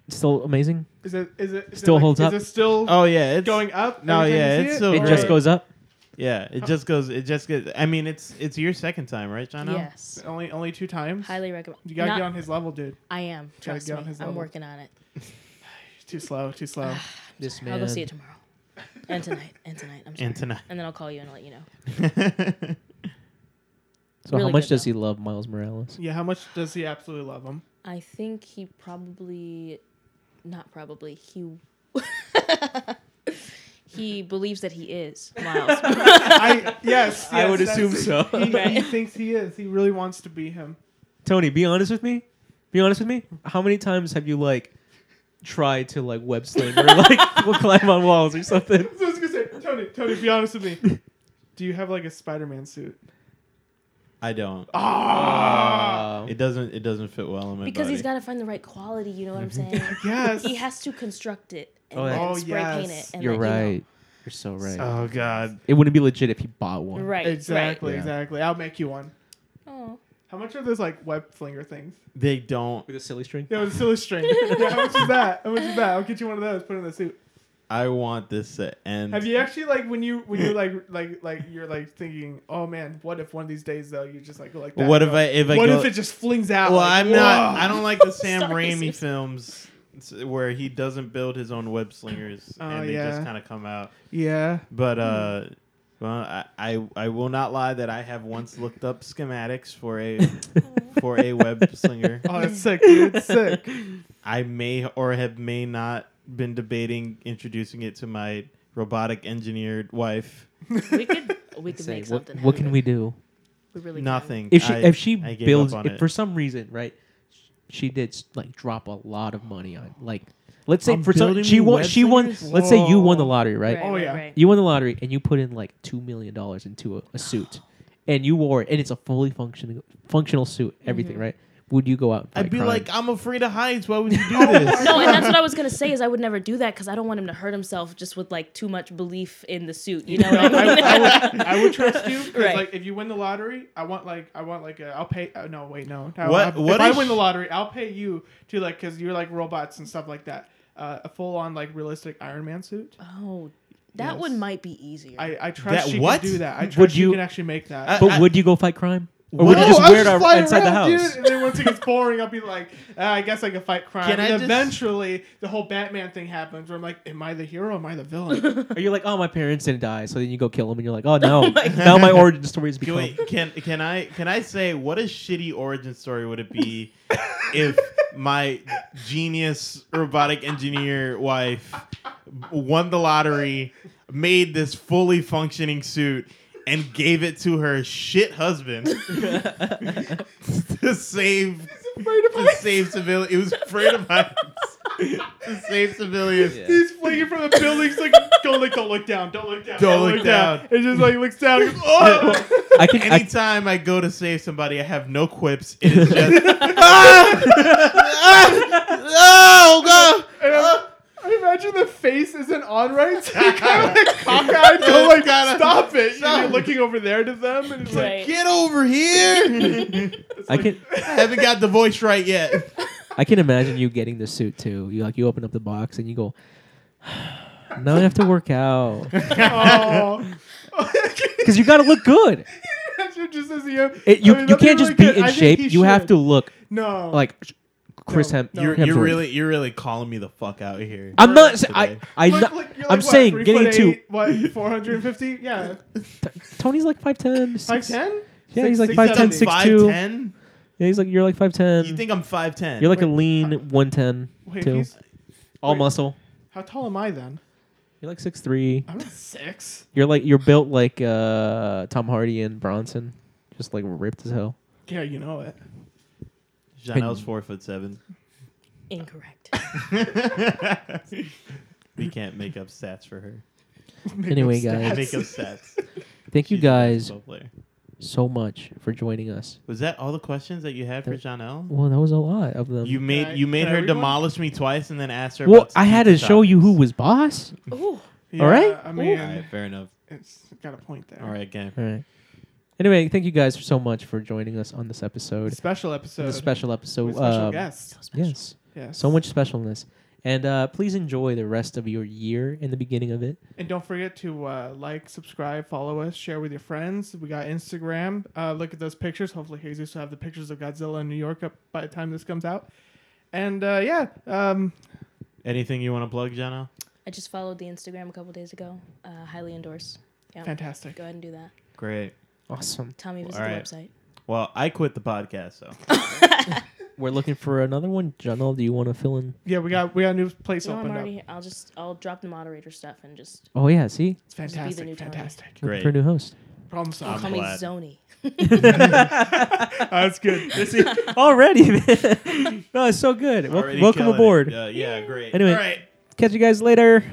Speaker 4: still amazing.
Speaker 2: is it is it is
Speaker 4: still
Speaker 2: it like-
Speaker 4: holds up.
Speaker 2: Is it still
Speaker 1: Oh yeah, it's
Speaker 2: going up?
Speaker 1: No,
Speaker 2: every time
Speaker 1: yeah,
Speaker 2: you see
Speaker 1: it's
Speaker 2: it?
Speaker 1: still
Speaker 4: It
Speaker 1: All
Speaker 4: just
Speaker 1: right.
Speaker 4: goes up.
Speaker 1: yeah, it just goes it just goes I mean it's it's your second time, right, John?
Speaker 3: Yes.
Speaker 2: Only only two times.
Speaker 3: Highly recommend.
Speaker 2: You gotta
Speaker 3: Not-
Speaker 2: get on his level, dude.
Speaker 3: I am. Trust
Speaker 2: get
Speaker 3: me.
Speaker 2: on his
Speaker 3: I'm
Speaker 2: level.
Speaker 3: working on it.
Speaker 2: Too slow, too slow.
Speaker 4: This
Speaker 3: I'll go see it tomorrow. And tonight. And tonight. I'm sorry.
Speaker 1: And tonight.
Speaker 3: And then I'll call you and I'll let you know.
Speaker 4: So
Speaker 3: Really
Speaker 4: how much
Speaker 3: good,
Speaker 4: does
Speaker 3: though.
Speaker 4: he love Miles Morales?
Speaker 2: yeah, how much does he absolutely love him?
Speaker 3: I think he probably, not probably, he. He believes that he is Miles.
Speaker 2: I yes, yes, that's-
Speaker 4: so.
Speaker 2: He, he thinks he is. He really wants to be him.
Speaker 4: Tony, be honest with me. Be honest with me. How many times have you like tried to like web sling or like we'll climb on walls or something?
Speaker 2: So I was gonna say, Tony, Tony, be honest with me. Do you have like a Spider-Man suit?
Speaker 1: I don't.
Speaker 2: Ah!
Speaker 4: Uh,
Speaker 1: It doesn't. It doesn't fit well in my
Speaker 3: because
Speaker 1: body.
Speaker 3: he's got to find the right quality. You know what I'm saying?
Speaker 2: Yes.
Speaker 3: He has to construct it and
Speaker 4: Oh,
Speaker 3: then
Speaker 2: yeah. Mm-hmm. Oh,
Speaker 3: spray paint
Speaker 2: yes.
Speaker 3: it. And
Speaker 4: you're
Speaker 3: let you know.
Speaker 4: right. You're so right.
Speaker 1: Oh God.
Speaker 4: it wouldn't be legit if he bought one.
Speaker 3: Right.
Speaker 2: Exactly,
Speaker 1: Yeah.
Speaker 2: exactly. I'll make you one.
Speaker 3: Right. Oh.
Speaker 2: How much are those like web flinger things?
Speaker 1: They don't.
Speaker 4: With a silly string.
Speaker 2: Yeah, with a silly string. yeah, how much is that? How much is that? I'll get you one of those. Put it in the suit.
Speaker 1: I want this to end.
Speaker 2: Have you actually like when you when you like like like you're like thinking, oh man, what if one of these days though you just like go like that?
Speaker 1: What
Speaker 2: and
Speaker 1: if
Speaker 2: go,
Speaker 1: I if I
Speaker 2: what
Speaker 1: go,
Speaker 2: if it just flings out?
Speaker 1: Well,
Speaker 2: like,
Speaker 1: I'm not.
Speaker 2: whoa?
Speaker 1: I don't like the Sam
Speaker 3: Sorry,
Speaker 1: Raimi
Speaker 3: seriously.
Speaker 1: films where he doesn't build his own web slingers
Speaker 2: Oh,
Speaker 1: and they just
Speaker 2: yeah.
Speaker 1: kind of come out.
Speaker 2: Yeah.
Speaker 1: But uh, well, I, I I will not lie that I have once looked up schematics for a for a web slinger.
Speaker 2: Oh, that's sick, dude. It's sick.
Speaker 1: I may or have may not been debating introducing it to my robotic engineered wife.
Speaker 3: We could we could make
Speaker 4: Say, what,
Speaker 3: something.
Speaker 4: what
Speaker 3: happen.
Speaker 4: can we do?
Speaker 3: We really can.
Speaker 1: Nothing.
Speaker 4: If she
Speaker 1: I-
Speaker 4: if she
Speaker 1: I gave up
Speaker 4: builds
Speaker 1: on
Speaker 4: if
Speaker 1: it.
Speaker 4: for some reason, right? She did like drop a lot of money on like let's say
Speaker 1: On
Speaker 4: for some
Speaker 1: building
Speaker 4: she
Speaker 1: new
Speaker 4: won
Speaker 1: web
Speaker 4: she won
Speaker 1: slingers?
Speaker 4: let's say you won the
Speaker 2: Whoa.
Speaker 4: lottery, right?
Speaker 3: Right,
Speaker 2: Oh,
Speaker 3: right,
Speaker 2: yeah.
Speaker 3: right.
Speaker 4: You won the lottery and you put in like two million dollars into a, a suit, and you wore it, and it's a fully functioning functional suit, everything, right? Would you go out? And
Speaker 1: I'd
Speaker 4: fight
Speaker 1: be
Speaker 4: crime?
Speaker 1: like, I'm afraid of heights. Why would you do this?
Speaker 3: No, and that's what I was gonna say is I would never do that because I don't want him to hurt himself just with like too much belief in the suit. You know
Speaker 2: No,
Speaker 3: what I mean?
Speaker 2: I, I would, I would trust you 'cause,
Speaker 3: Right.
Speaker 2: like if you win the lottery, I want like I want like a, I'll pay. Uh, no, wait, no. I-
Speaker 1: What-
Speaker 2: I-
Speaker 1: what
Speaker 2: if I
Speaker 1: is-
Speaker 2: win the lottery, I'll pay you to like because you're like robots and stuff like that. Uh, a full on like realistic Iron Man suit.
Speaker 3: oh, that
Speaker 2: Yes.
Speaker 3: one might be easier.
Speaker 2: I, I trust
Speaker 1: That
Speaker 2: you
Speaker 1: what?
Speaker 2: can do that. I trust
Speaker 4: Would
Speaker 2: you,
Speaker 4: you-
Speaker 2: can actually make that.
Speaker 1: I-
Speaker 4: but
Speaker 1: I-
Speaker 4: would you go fight crime, or would
Speaker 1: No,
Speaker 4: you just
Speaker 2: I'll
Speaker 4: wear it
Speaker 2: just
Speaker 4: out-
Speaker 2: fly
Speaker 4: outside the
Speaker 2: around,
Speaker 4: house?
Speaker 2: Dude. And then once it gets boring, I'll be like, ah, I guess I can fight crime.
Speaker 1: Can I
Speaker 2: and
Speaker 1: just-
Speaker 2: eventually, the whole Batman thing happens where I'm like, am I the hero? Am I the villain?
Speaker 4: Or you're like, oh, my parents didn't die, so then you go kill them, and you're like, oh no, now my origin story is
Speaker 1: Can,
Speaker 4: become.
Speaker 1: we, can can I can I say what a shitty origin story would it be if my genius robotic engineer wife won the lottery, made this fully functioning suit, and gave it to her shit husband to save
Speaker 2: Afraid of
Speaker 1: to
Speaker 2: heights.
Speaker 1: save civilians. It was afraid of heights to save civilians.
Speaker 2: He's fleeing from the buildings like, don't look, don't look down, don't look down,
Speaker 1: Don't look down.
Speaker 2: It just like looks down. And goes, oh!
Speaker 4: I can. I,
Speaker 1: Anytime I go to save somebody, I have no quips. It is just Ah! oh god.
Speaker 2: and I'm, I imagine the face isn't on right, so you kind of like cockeyed, go like,
Speaker 1: Gotta-
Speaker 2: stop it. You know,
Speaker 1: stop.
Speaker 2: You're looking over there to them, and it's like,
Speaker 3: Right.
Speaker 1: Get over here!
Speaker 4: I can.
Speaker 1: I haven't got the voice right yet.
Speaker 4: I can imagine you getting the suit too. You like, you open up the box and you go. Now I have to work out
Speaker 2: oh.
Speaker 4: because you got to look good.
Speaker 2: just as you,
Speaker 4: It, you
Speaker 2: I mean, that'd
Speaker 4: you can't
Speaker 2: really
Speaker 4: just be
Speaker 2: good.
Speaker 4: in
Speaker 2: I think
Speaker 4: shape.
Speaker 2: he
Speaker 4: You have
Speaker 2: should.
Speaker 4: to look
Speaker 2: No.
Speaker 4: like Chris
Speaker 2: No,
Speaker 4: Hem.
Speaker 2: no.
Speaker 1: You're,
Speaker 4: Hemsworth.
Speaker 1: you're really, you're really calling me the fuck out here.
Speaker 4: I'm not. sa- I.
Speaker 1: today.
Speaker 4: I.
Speaker 2: Look,
Speaker 4: not-
Speaker 2: look, you're
Speaker 4: I'm
Speaker 2: like, what,
Speaker 4: saying
Speaker 2: three
Speaker 4: getting
Speaker 2: foot
Speaker 4: into.
Speaker 2: eight, what 450. Yeah,
Speaker 4: Tony's like 5'10", six-
Speaker 2: 510.
Speaker 4: Yeah, he's like
Speaker 2: Six-
Speaker 4: 5'10",
Speaker 2: six,
Speaker 4: 6'2".
Speaker 1: 5'10"?
Speaker 4: Yeah, he's like you're like five ten.
Speaker 1: You think I'm five ten?
Speaker 4: you're like a
Speaker 2: wait,
Speaker 4: lean one ten
Speaker 2: uh, Wait,
Speaker 4: too.
Speaker 2: he's-
Speaker 4: All
Speaker 2: wait.
Speaker 4: muscle.
Speaker 2: how tall am I then?
Speaker 4: You're like six three.
Speaker 2: I'm not six.
Speaker 4: You're like you're built like uh Tom Hardy and Bronson, just like ripped as hell.
Speaker 2: Yeah, you know it.
Speaker 1: Janelle's four foot seven.
Speaker 3: Incorrect.
Speaker 1: we can't make up stats for her.
Speaker 4: Anyway,
Speaker 1: Can't
Speaker 4: guys,
Speaker 1: Make up stats.
Speaker 4: thank you
Speaker 1: She's a
Speaker 4: guys
Speaker 1: basketball player.
Speaker 4: so much for joining us.
Speaker 1: Was that all the questions that you had for
Speaker 4: That-
Speaker 1: Janelle?
Speaker 4: Well, that was a lot of them.
Speaker 1: You
Speaker 2: I-
Speaker 1: made you made
Speaker 2: can I
Speaker 1: her
Speaker 2: read one?
Speaker 1: demolish me twice and then asked her.
Speaker 4: well,
Speaker 1: about some
Speaker 4: I had to
Speaker 1: pizza
Speaker 4: show you who
Speaker 1: toppings.
Speaker 4: was boss.
Speaker 3: Ooh,
Speaker 2: Yeah,
Speaker 4: right.
Speaker 2: I mean,
Speaker 1: All right, fair enough.
Speaker 2: it's got a point there.
Speaker 1: All right, again.
Speaker 4: All right. Anyway, thank you guys so much for joining us on this episode,
Speaker 2: Special episode.
Speaker 4: the special episode.
Speaker 2: with special
Speaker 4: um,
Speaker 2: guest.
Speaker 3: so special.
Speaker 4: Yes.
Speaker 2: Yes.
Speaker 4: So much specialness. And uh, please enjoy the rest of your year and the beginning of it.
Speaker 2: And don't forget to uh, like, subscribe, follow us, share with your friends. We got Instagram. Uh, look at those pictures. Hopefully, Jesus will have the pictures of Godzilla in New York up by the time this comes out. And uh, yeah, um,
Speaker 1: Anything you want to plug, Jenna?
Speaker 3: I just followed the Instagram a couple days ago. Uh, highly endorse. Yeah.
Speaker 2: Fantastic.
Speaker 3: Go ahead and do that.
Speaker 1: Great.
Speaker 4: Awesome.
Speaker 3: Tommy, visit
Speaker 1: Alright.
Speaker 3: the website.
Speaker 1: Well, I quit the podcast, so
Speaker 4: We're looking for another one. Johnal, do you want to fill in?
Speaker 2: Yeah, we got we got a new place
Speaker 3: No, I'm
Speaker 2: opened up.
Speaker 3: already. I'll just. I'll drop the moderator stuff and just.
Speaker 4: Oh yeah, see,
Speaker 2: It's
Speaker 3: Just be the new
Speaker 2: fantastic.
Speaker 3: Tony.
Speaker 2: Fantastic.
Speaker 4: looking
Speaker 1: Great.
Speaker 4: for a new host.
Speaker 2: Problem
Speaker 3: Oh,
Speaker 2: solved.
Speaker 3: call me
Speaker 1: glad.
Speaker 3: Zony.
Speaker 2: Oh, That's good.
Speaker 4: Already, man. no, it's so good. Wel-
Speaker 1: Already
Speaker 4: welcome
Speaker 1: killing it.
Speaker 4: aboard.
Speaker 1: Uh, yeah, great.
Speaker 4: Anyway.
Speaker 1: All right.
Speaker 4: Catch you guys later.